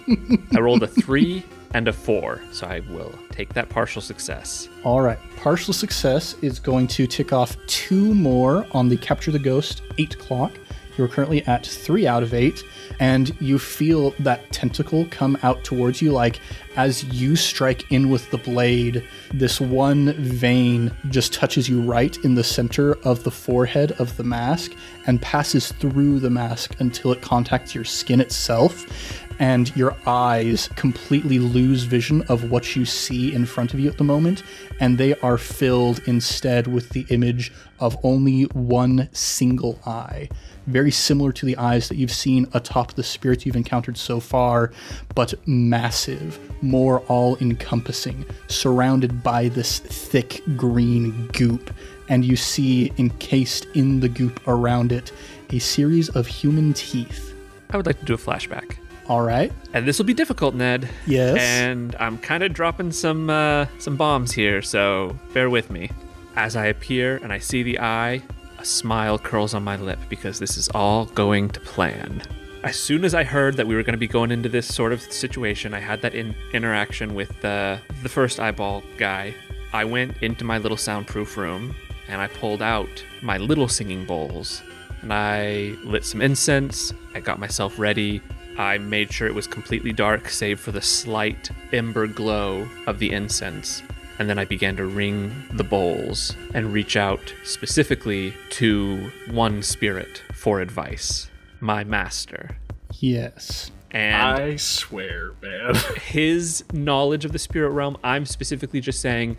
Speaker 4: I rolled a three and a four, so I will take that partial success.
Speaker 1: All right. Partial success is going to tick off two more on the capture the ghost eight clock. You're currently at three out of eight, and you feel that tentacle come out towards you. Like as you strike in with the blade, this one vein just touches you right in the center of the forehead of the mask and passes through the mask until it contacts your skin itself and your eyes completely lose vision of what you see in front of you at the moment, and they are filled instead with the image of only one single eye. Very similar to the eyes that you've seen atop the spirits you've encountered so far, but massive, more all encompassing, surrounded by this thick green goop. And you see, encased in the goop around it, a series of human teeth.
Speaker 4: I would like to do a flashback.
Speaker 1: All right.
Speaker 4: And this will be difficult, Ned.
Speaker 1: Yes.
Speaker 4: And I'm kind of dropping some uh, some bombs here, so bear with me. As I appear and I see the eye, a smile curls on my lip because this is all going to plan. As soon as I heard that we were going to be going into this sort of situation, I had that in- interaction with uh, the first eyeball guy. I went into my little soundproof room and I pulled out my little singing bowls and I lit some incense. I got myself ready. I made sure it was completely dark, save for the slight ember glow of the incense. And then I began to ring the bowls and reach out specifically to one spirit for advice my master.
Speaker 1: Yes.
Speaker 4: And
Speaker 2: I swear, man.
Speaker 4: his knowledge of the spirit realm. I'm specifically just saying,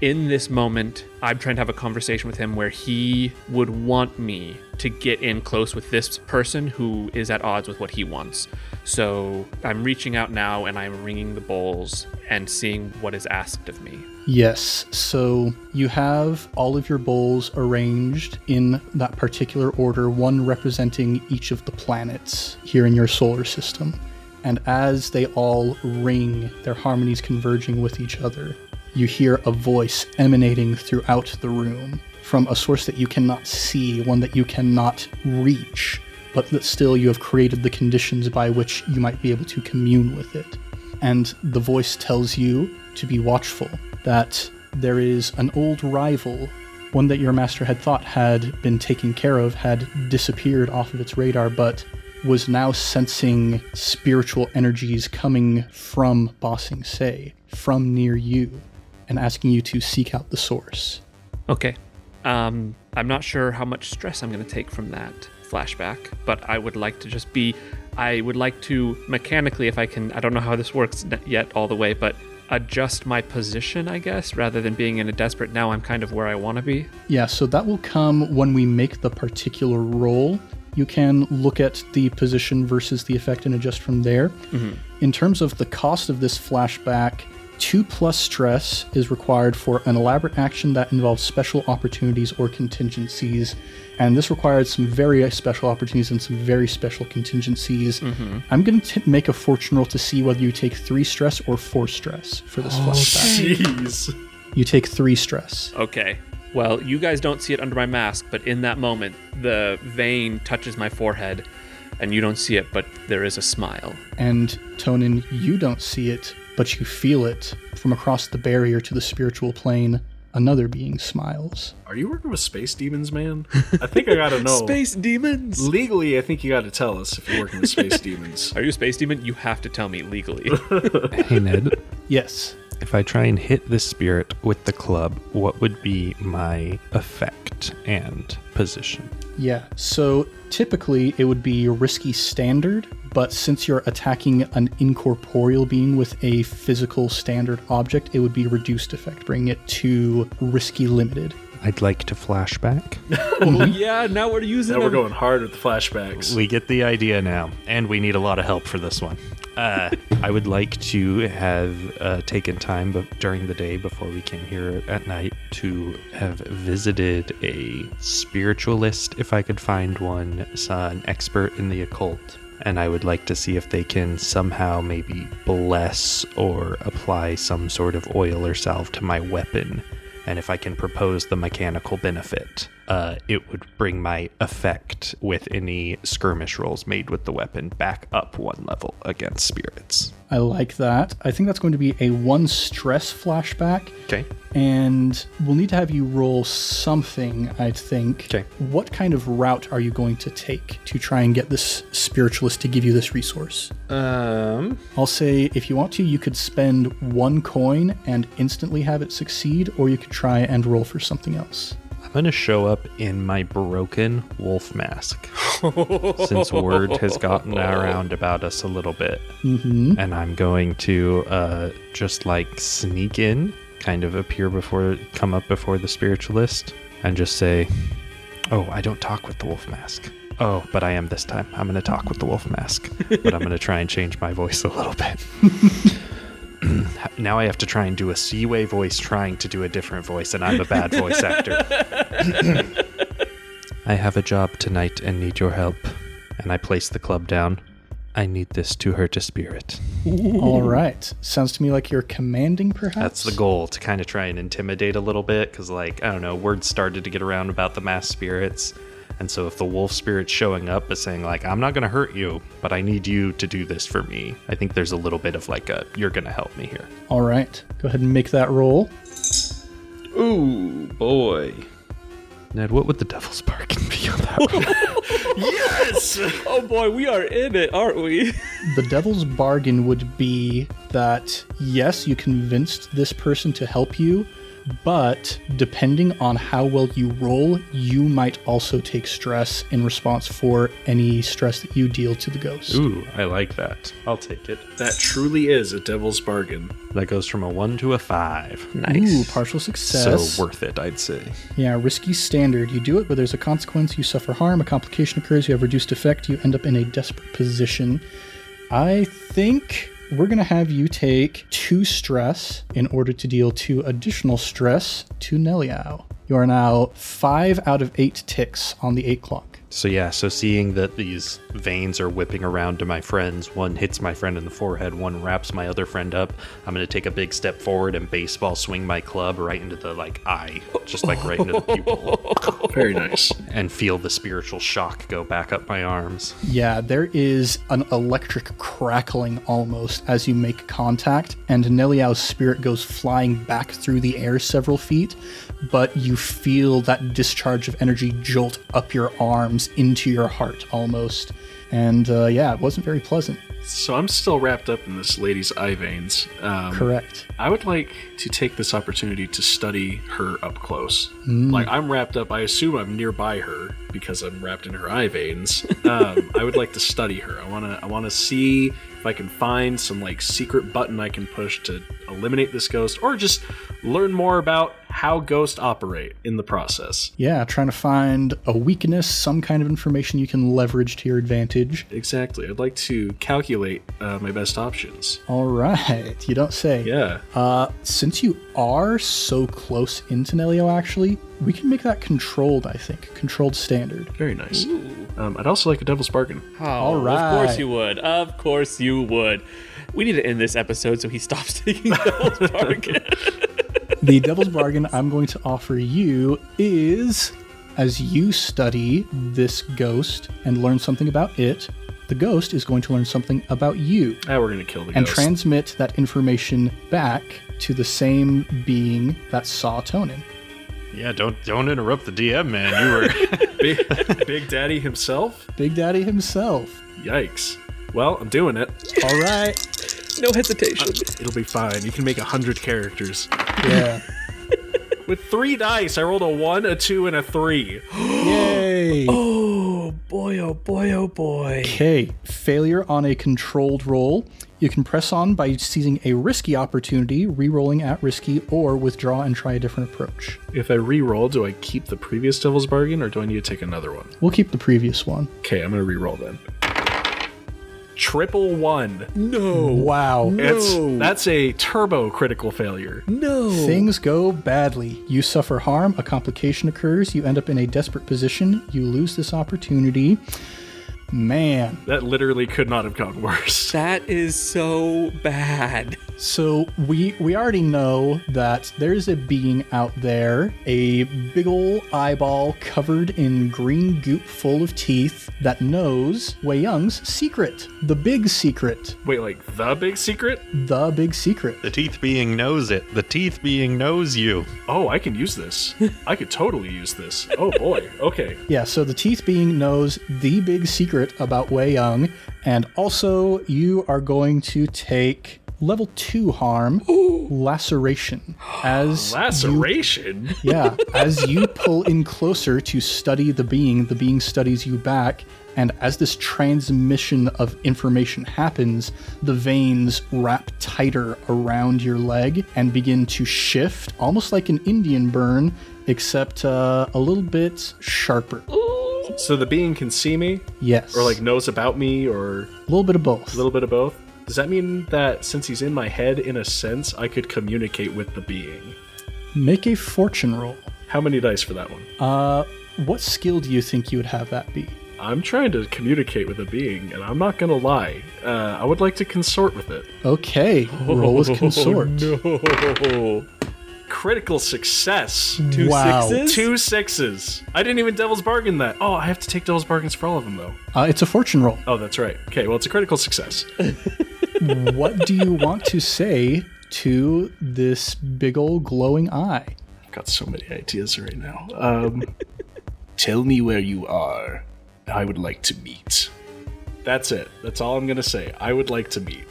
Speaker 4: in this moment, I'm trying to have a conversation with him where he would want me to get in close with this person who is at odds with what he wants. So I'm reaching out now and I'm ringing the bowls and seeing what is asked of me.
Speaker 1: Yes. So you have all of your bowls arranged in that particular order, one representing each of the planets here in your solar system. And as they all ring, their harmonies converging with each other, you hear a voice emanating throughout the room from a source that you cannot see, one that you cannot reach, but that still you have created the conditions by which you might be able to commune with it and the voice tells you to be watchful that there is an old rival one that your master had thought had been taken care of had disappeared off of its radar but was now sensing spiritual energies coming from bossing say from near you and asking you to seek out the source
Speaker 4: Okay. Um, I'm not sure how much stress I'm going to take from that flashback, but I would like to just be. I would like to mechanically, if I can. I don't know how this works n- yet all the way, but adjust my position, I guess, rather than being in a desperate now I'm kind of where I want to be.
Speaker 1: Yeah, so that will come when we make the particular roll. You can look at the position versus the effect and adjust from there. In terms of the cost of this flashback, two plus stress is required for an elaborate action that involves special opportunities or contingencies. And this required some very special opportunities and some very special contingencies. I'm going to make a fortune roll to see whether you take three stress or four stress for this
Speaker 2: Oh,
Speaker 1: flashback.
Speaker 2: Jeez.
Speaker 1: You take three stress.
Speaker 4: Okay. Well, you guys don't see it under my mask, but in that moment, the vein touches my forehead, and you don't see it, but there is a smile.
Speaker 1: And Tonin, you don't see it, but you feel it from across the barrier to the spiritual plane. Another being smiles.
Speaker 2: Are you working with space demons, man? I think I gotta know.
Speaker 4: Space demons!
Speaker 2: Legally, I think you gotta tell us if you're working with space demons.
Speaker 4: Are you a space demon? You have to tell me legally.
Speaker 6: Hey Ned,
Speaker 1: Yes.
Speaker 6: if I try and hit this spirit with the club, what would be my effect and position?
Speaker 1: Yeah. So typically it would be risky standard, but since you're attacking an incorporeal being with a physical standard object, it would be reduced effect, bringing it to risky limited.
Speaker 6: I'd like to flashback.
Speaker 4: oh yeah, now we're using
Speaker 2: Now we're
Speaker 4: them.
Speaker 2: going hard with the flashbacks.
Speaker 6: We get the idea now, and we need a lot of help for this one. Uh, I would like to have uh, taken time but during the day before we came here at night to have visited a spiritualist, if I could find one, so an expert uh, in the occult, and I would like to see if they can somehow maybe bless or apply some sort of oil or salve to my weapon. And if I can propose the mechanical benefit, uh, it would bring my effect with any skirmish rolls made with the weapon back up one level against spirits.
Speaker 1: I like that. I think that's going to be a one stress flashback.
Speaker 6: Okay.
Speaker 1: And we'll need to have you roll something, I think.
Speaker 6: Okay.
Speaker 1: What kind of route are you going to take to try and get this spiritualist to give you this resource?
Speaker 6: Um.
Speaker 1: I'll say if you want to, you could spend one coin and instantly have it succeed, or you could try and roll for something else.
Speaker 6: I'm gonna show up in my broken wolf mask, since word has gotten around about us a little bit, mm-hmm. and I'm going to uh, just like sneak in, kind of appear before, come up before the spiritualist, and just say, "Oh, I don't talk with the wolf mask." Oh, but I am this time. I'm gonna talk with the wolf mask, but I'm gonna try and change my voice a little bit. now I have to try and do a Seaway voice trying to do a different voice, and I'm a bad voice actor. I have a job tonight and need your help. And I place the club down. I need this to hurt a spirit.
Speaker 1: All right. Sounds to me like you're commanding, perhaps?
Speaker 6: That's the goal to kind of try and intimidate a little bit, because, like, I don't know, word started to get around about the mass spirits. And so, if the wolf spirit's showing up but saying, like, I'm not going to hurt you, but I need you to do this for me, I think there's a little bit of, like, a you're going to help me here.
Speaker 1: All right. Go ahead and make that roll.
Speaker 3: Ooh, boy.
Speaker 6: Ned, what would the devil's bargain be on that one?
Speaker 4: Oh boy, we are in it, aren't we?
Speaker 1: The devil's bargain would be that, yes, you convinced this person to help you, but depending on how well you roll, you might also take stress in response for any stress that you deal to the ghost.
Speaker 6: Ooh, I like that. I'll take it.
Speaker 2: That truly is a devil's bargain.
Speaker 6: That goes from a one to a five.
Speaker 1: Ooh, partial success.
Speaker 6: So worth it, I'd say.
Speaker 1: yeah, risky standard. You do it, but there's a consequence. You suffer harm, a complication occurs, you have reduced effect, you end up in a desperate position. I think we're going to have you take two stress in order to deal two additional stress to Neliao. You are now five out of eight ticks on the eight clock.
Speaker 6: So yeah, so seeing that these veins are whipping around to my friends, one hits my friend in the forehead, one wraps my other friend up. I'm gonna take a big step forward and baseball swing my club right into the like eye, just like right into the pupil,
Speaker 2: Very nice.
Speaker 6: and feel the spiritual shock go back up my arms.
Speaker 1: Yeah, there is an electric crackling almost as you make contact, and Neliao's spirit goes flying back through the air several feet, but you feel that discharge of energy jolt up your arms into your heart almost. And uh, yeah, it wasn't very pleasant.
Speaker 2: So I'm still wrapped up in this lady's eye veins. Um,
Speaker 1: Correct.
Speaker 2: I would like to take this opportunity to study her up close. Like I'm wrapped up. I assume I'm nearby her because I'm wrapped in her eye veins. Um, I would like to study her. I wanna. I wanna see if I can find some like secret button I can push to eliminate this ghost, or just learn more about how ghosts operate in the process.
Speaker 1: Yeah, trying to find a weakness, some kind of information you can leverage to your advantage.
Speaker 2: Exactly. I'd like to calculate uh, my best options.
Speaker 1: All right, you don't say.
Speaker 2: Yeah.
Speaker 1: Uh, since you are so close into Nelio, actually, we can make that controlled, I think. Controlled standard.
Speaker 2: Very nice. Um, I'd also like a devil's bargain.
Speaker 4: Oh,
Speaker 1: right.
Speaker 4: Of course you would. Of course you would. We need to end this episode so he stops taking Devil's Bargain.
Speaker 1: the devil's bargain I'm going to offer you is as you study this ghost and learn something about it, the ghost is going to learn something about you.
Speaker 2: Ah, we're gonna kill the
Speaker 1: and
Speaker 2: ghost.
Speaker 1: transmit that information back to the same being that saw Tonin.
Speaker 6: Yeah, don't don't interrupt the DM, man. You were
Speaker 2: Big, Big Daddy himself.
Speaker 1: Big Daddy himself.
Speaker 2: Yikes. Well, I'm doing it.
Speaker 1: All right.
Speaker 4: no hesitation.
Speaker 2: It'll be fine. You can make a hundred characters
Speaker 1: Yeah.
Speaker 2: with three dice. I rolled a one, a two, and a three.
Speaker 1: Yay.
Speaker 4: Oh boy, oh boy, oh boy.
Speaker 1: Okay, failure on a controlled roll. You can press on by seizing a risky opportunity, re-rolling at risky, or withdraw and try a different approach.
Speaker 2: If I re-roll, do I keep the previous devil's bargain, or do I need to take another one?
Speaker 1: We'll keep the previous one.
Speaker 2: Okay, I'm gonna re-roll then. Triple one.
Speaker 1: Wow.
Speaker 2: It's, that's a turbo critical failure.
Speaker 1: Things go badly. You suffer harm, a complication occurs, you end up in a desperate position, you lose this opportunity. Man.
Speaker 2: That literally could not have gone worse.
Speaker 4: That is so bad.
Speaker 1: So we we already know that there's a being out there, a big ol' eyeball covered in green goop full of teeth that knows Wei Young's secret, the big secret,
Speaker 2: Wait, like the big secret?
Speaker 1: the big secret.
Speaker 6: The teeth being knows it. The teeth being knows you.
Speaker 2: Oh, I can use this. I could totally use this. Oh boy. Okay.
Speaker 1: Yeah, so the teeth being knows the big secret about Wei Young, and also you are going to take level two harm, laceration, as you
Speaker 2: Laceration.
Speaker 1: yeah, as you pull in closer to study the being, the being studies you back, and as this transmission of information happens, the veins wrap tighter around your leg and begin to shift, almost like an Indian burn, except uh, a little bit sharper.
Speaker 2: So the being can see me,
Speaker 1: Yes,
Speaker 2: or like knows about me, or
Speaker 1: a little bit of both.
Speaker 2: a little bit of both. Does that mean that since he's in my head, in a sense, I could communicate with the being?
Speaker 1: Make a fortune roll.
Speaker 2: How many dice for that one?
Speaker 1: Uh, what skill do you think you would have that be?
Speaker 2: I'm trying to communicate with a being, and I'm not gonna lie. Uh, I would like to consort with it.
Speaker 1: Okay, roll with consort.
Speaker 4: Oh,
Speaker 2: Critical success.
Speaker 4: two
Speaker 1: Wow.
Speaker 4: sixes?
Speaker 2: Two sixes. I didn't even devil's bargain that. Oh, I have to take devil's bargains for all of them though.
Speaker 1: Uh, it's a fortune roll.
Speaker 2: Oh, that's right. Okay, well, it's a critical success.
Speaker 1: what do you want to say to this big old glowing eye?
Speaker 5: I've got so many ideas right now. Um, tell me where you are. I would like to meet.
Speaker 2: That's it. That's all I'm gonna say. I would like to meet.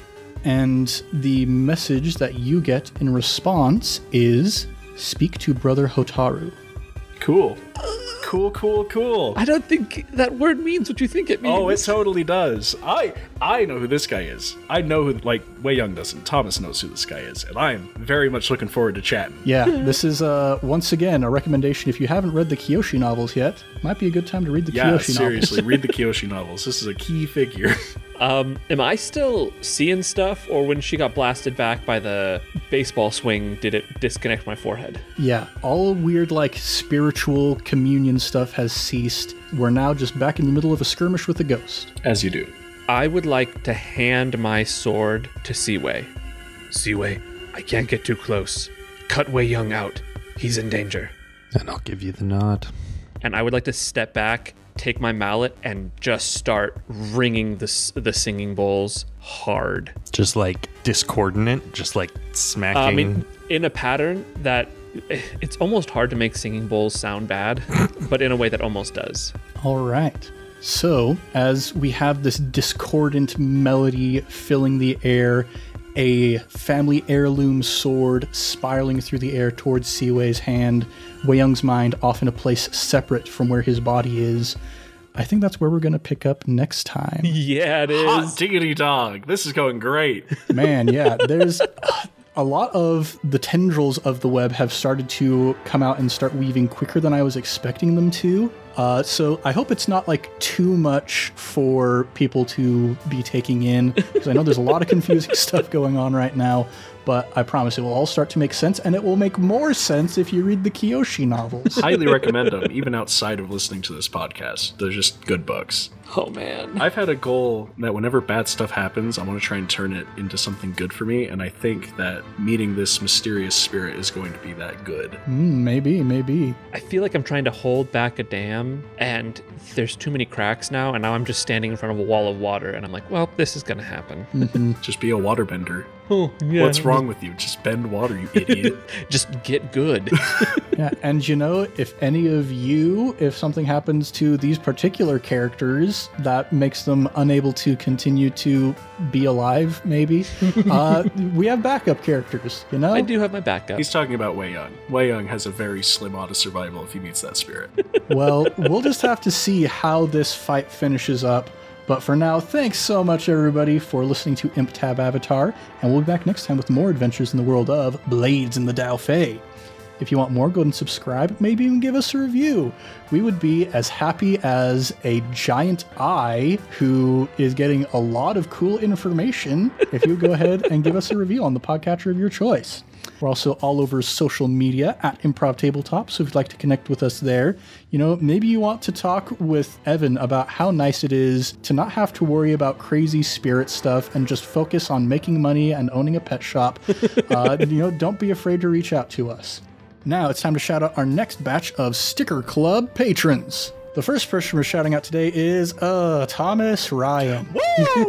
Speaker 1: And the message that you get in response is speak to Brother Hotaru.
Speaker 2: Cool. Cool, cool, cool.
Speaker 4: I don't think that word means what you think it means.
Speaker 2: Oh, it totally does. I I know who this guy is. I know who like Wei Young doesn't. Thomas knows who this guy is, and I am very much looking forward to chatting.
Speaker 1: Yeah, this is uh, once again a recommendation. If you haven't read the Kiyoshi novels yet, might be a good time to read the
Speaker 2: Yeah,
Speaker 1: Kiyoshi novels.
Speaker 2: seriously, read the Kyoshi novels. This is a key figure.
Speaker 4: Um, am I still seeing stuff, or when she got blasted back by the baseball swing, did it disconnect my forehead?
Speaker 1: Yeah, all weird like spiritual communion stuff has ceased. We're now just back in the middle of a skirmish with a ghost.
Speaker 2: As you do.
Speaker 4: I would like to hand my sword to Seaway. Seaway, I can't get too close. Cut Wei Young out. He's in danger.
Speaker 6: And I'll give you the nod.
Speaker 4: And I would like to step back, take my mallet, and just start ringing the, s- the singing bowls hard.
Speaker 6: Just like discordant, just like smacking.
Speaker 4: I mean, in a pattern that eh, it's almost hard to make singing bowls sound bad, but in a way that almost does.
Speaker 1: All right. So, as we have this discordant melody filling the air, a family heirloom sword spiraling through the air towards Siwei's hand, Wei Young's mind off in a place separate from where his body is. I think that's where we're going to pick up next time.
Speaker 4: Yeah, it is.
Speaker 2: Hot Ah, diggity dog. This is going great.
Speaker 1: Man, yeah, there's a lot of the tendrils of the web have started to come out and start weaving quicker than I was expecting them to. Uh, so I hope it's not like too much for people to be taking in because I know there's a lot of confusing stuff going on right now. But I promise it will all start to make sense, and it will make more sense if you read the Kiyoshi novels.
Speaker 2: Highly recommend them, even outside of listening to this podcast. They're just good books.
Speaker 4: Oh man.
Speaker 2: I've had a goal that whenever bad stuff happens, I want to try and turn it into something good for me, and I think that meeting this mysterious spirit is going to be that good.
Speaker 1: Mm, maybe, maybe.
Speaker 4: I feel like I'm trying to hold back a dam and there's too many cracks now and now I'm just standing in front of a wall of water and I'm like, well, this is going to happen.
Speaker 2: Just be a waterbender.
Speaker 4: Oh,
Speaker 2: Hmm.
Speaker 4: yeah.
Speaker 2: What's wrong with you? Just bend water, you idiot.
Speaker 4: Just get good.
Speaker 1: Yeah, and you know, if any of you, if something happens to these particular characters that makes them unable to continue to be alive, maybe, uh, we have backup characters, you know?
Speaker 4: I do have my backup.
Speaker 2: He's talking about Wei Young. Wei Young has a very slim odds of survival if he meets that spirit.
Speaker 1: Well, we'll just have to see how this fight finishes up. But for now, thanks so much, everybody, for listening to Imp Tab Avatar, and we'll be back next time with more adventures in the world of Blades in the Dao Fei. If you want more, go ahead and subscribe, maybe even give us a review. We would be as happy as a giant eye who is getting a lot of cool information if you go ahead and give us a review on the podcatcher of your choice. We're also all over social media at Improv Tabletop, so if you'd like to connect with us there, you know, maybe you want to talk with Evan about how nice it is to not have to worry about crazy spirit stuff and just focus on making money and owning a pet shop. uh, you know, don't be afraid to reach out to us. Now it's time to shout out our next batch of Sticker Club patrons. The first person we're shouting out today is uh Thomas Ryan.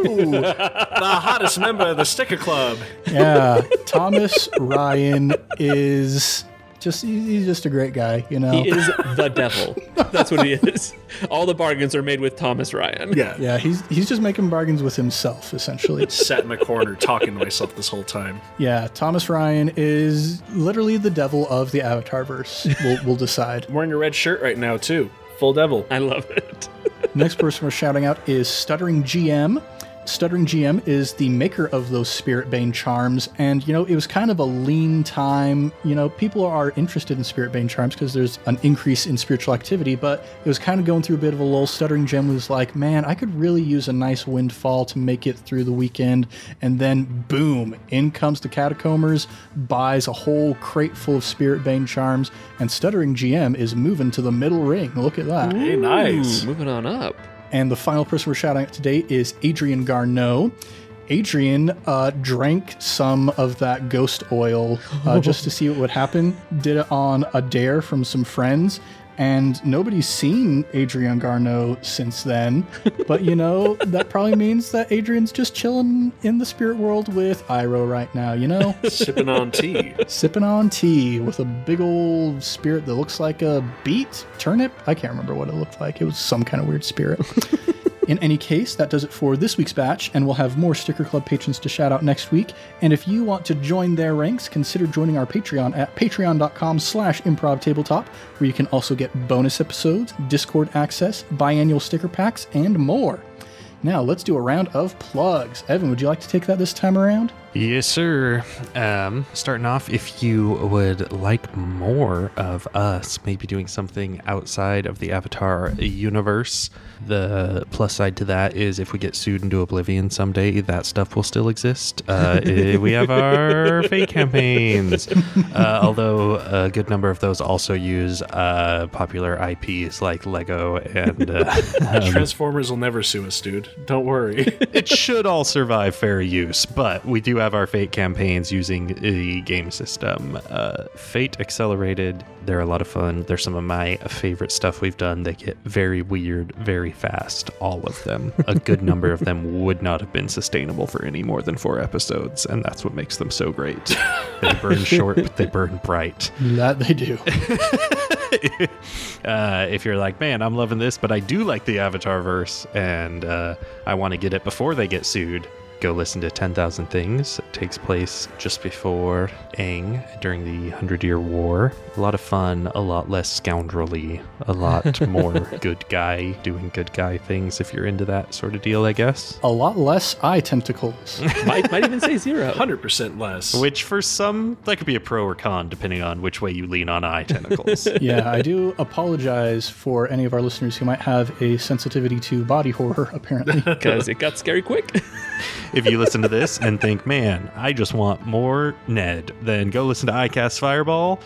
Speaker 2: the hottest member of the Sticker Club.
Speaker 1: Yeah, Thomas Ryan is just he- he's just a great guy, you know.
Speaker 4: He is the devil. That's what he is. All the bargains are made with Thomas Ryan.
Speaker 2: Yeah.
Speaker 1: yeah, he's he's just making bargains with himself essentially.
Speaker 2: Sat in my corner talking to myself this whole time.
Speaker 1: yeah, Thomas Ryan is literally the devil of the Avatarverse. We'll, we'll decide.
Speaker 2: I'm wearing a red shirt right now, too. Full devil.
Speaker 4: I love it.
Speaker 1: Next person we're shouting out is Stuttering GM. Stuttering GM is the maker of those Spirit Bane charms, and you know, it was kind of a lean time. You know, people are interested in Spirit Bane charms because there's an increase in spiritual activity, but it was kind of going through a bit of a lull. Stuttering GM was like, man, I could really use a nice windfall to make it through the weekend, and then boom, in comes the Catacombers, buys a whole crate full of Spirit Bane charms, and Stuttering GM is moving to the middle ring. Look at that.
Speaker 2: Hey, nice.
Speaker 4: Ooh, Hmm, moving on up.
Speaker 1: And the final person we're shouting out today is Adrian Garneau. Adrian uh, drank some of that ghost oil uh, just to see what would happen. Did it on a dare from some friends, and nobody's seen Adrian Garneau since then. But you know that probably means that Adrian's just chilling in the spirit world with Iro right now. You know,
Speaker 2: Sipping on tea.
Speaker 1: sipping on tea with a big old spirit that looks like a beet turnip. I can't remember what it looked like. It was some kind of weird spirit. In any case, that does it for this week's batch, and we'll have more Sticker Club patrons to shout out next week. And if you want to join their ranks, consider joining our Patreon at patreon.com slash improv tabletop, where you can also get bonus episodes, Discord access, biannual sticker packs, and more. Now let's do a round of plugs. Evan, would you like to take that this time around?
Speaker 6: Yes, sir. Um, starting off, if you would like more of us, maybe doing something outside of the Avatar universe, the plus side to that is if we get sued into oblivion someday, that stuff will still exist. Uh, i- we have our fake campaigns, uh, although a good number of those also use uh, popular IPs like Lego and. Uh,
Speaker 5: Um,
Speaker 2: Transformers will never sue us, dude. Don't worry.
Speaker 6: it should all survive fair use, but we do have our Fate campaigns using the game system. Uh, Fate Accelerated, they're a lot of fun. They're some of my favorite stuff we've done. They get very weird very fast, all of them. a good number of them would not have been sustainable for any more than four episodes, and that's what makes them so great. they burn short, but they burn bright
Speaker 1: That they do.
Speaker 6: uh, if you're like, man, I'm loving this, but I do like the Avatar verse and uh, I want to get it before they get sued, go listen to 10,000 Things. It takes place just before Aang during the Hundred Year War. A lot of fun, a lot less scoundrelly, a lot more good guy doing good guy things if you're into that sort of deal, I guess.
Speaker 1: A lot less eye tentacles.
Speaker 4: Might, might even say zero.
Speaker 2: 100% less.
Speaker 6: Which for some, that could be a pro or con depending on which way you lean on eye tentacles.
Speaker 1: yeah, I do apologize for any of our listeners who might have a sensitivity to body horror, apparently.
Speaker 4: Because it got scary quick.
Speaker 6: if you listen to this and think, man, I just want more Ned, then go listen to iCast Fireball,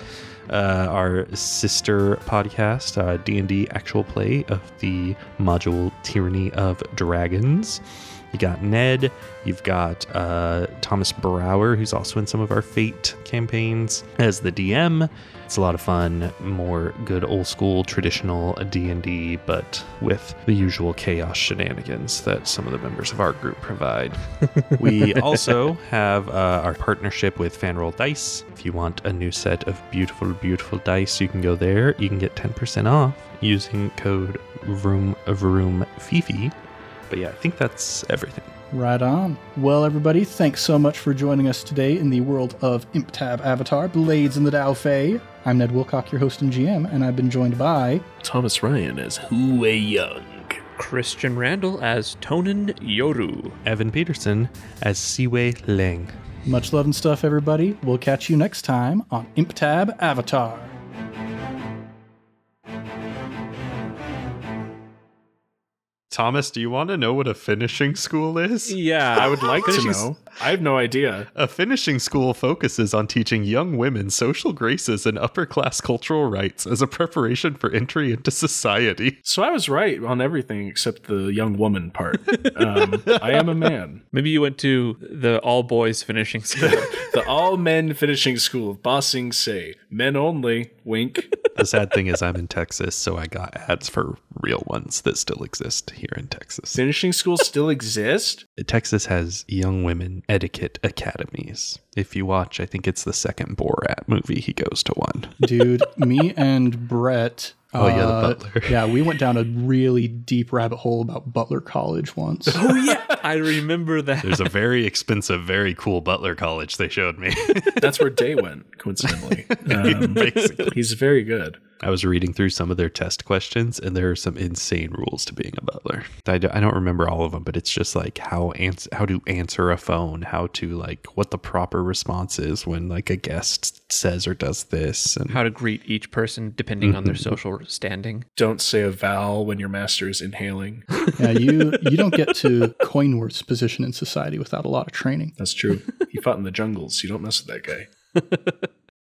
Speaker 6: uh, our sister podcast, uh, D&D actual play of the module Tyranny of Dragons. You got Ned, you've got uh, Thomas Brower, who's also in some of our Fate campaigns as the DM. It's a lot of fun, more good old school traditional D&D, but with the usual chaos shenanigans that some of the members of our group provide. we also have uh, our partnership with Fanroll Dice. If you want a new set of beautiful, beautiful dice, you can go there. You can get 10% off using code Room of Room Fifi. But yeah, I think that's everything.
Speaker 1: Right on. Well, everybody, thanks so much for joining us today in the world of ImpTab Avatar, Blades in the Dao Fei. I'm Ned Wilcock, your host and GM, and I've been joined by.
Speaker 5: Thomas Ryan as Hue Young.
Speaker 4: Christian Randall as Tonin Yoru.
Speaker 6: Evan Peterson as Siwei Ling.
Speaker 1: Much love and stuff, everybody. We'll catch you next time on ImpTab Avatar.
Speaker 6: Thomas, do you want to know what a finishing school is?
Speaker 4: Yeah,
Speaker 2: I would like to know. I have no idea.
Speaker 6: A finishing school focuses on teaching young women social graces and upper class cultural rights as a preparation for entry into society.
Speaker 2: So I was right on everything except the young woman part. Um, I am a man.
Speaker 4: Maybe you went to the all boys finishing school.
Speaker 2: The all men finishing school of Bossing Say. Men only. Wink.
Speaker 6: The sad thing is, I'm in Texas, so I got ads for real ones that still exist here in Texas.
Speaker 2: Finishing schools still exist?
Speaker 6: Texas has young women etiquette academies. If you watch, I think it's the second Borat movie, he goes to one.
Speaker 1: Dude, me and Brett. uh,
Speaker 6: Oh, yeah, the butler.
Speaker 1: yeah, we went down a really deep rabbit hole about Butler College once.
Speaker 4: oh yeah, I remember that.
Speaker 6: There's a very expensive, very cool Butler College they showed me.
Speaker 2: That's where Day went, coincidentally. Um,
Speaker 6: Basically.
Speaker 2: he's very good.
Speaker 6: I was reading through some of their test questions, and there are some insane rules to being a butler. I, do, not remember all of them, but it's just like how ans- how to answer a phone, how to like what the proper response is when like a guest says or does this, and
Speaker 4: How to greet each person depending on their social standing.
Speaker 2: Don't say a vowel when your master is inhaling.
Speaker 1: Yeah, you you don't get to Coinworth's position in society without a lot of training.
Speaker 2: That's true. He fought in the jungles. You don't mess with that guy.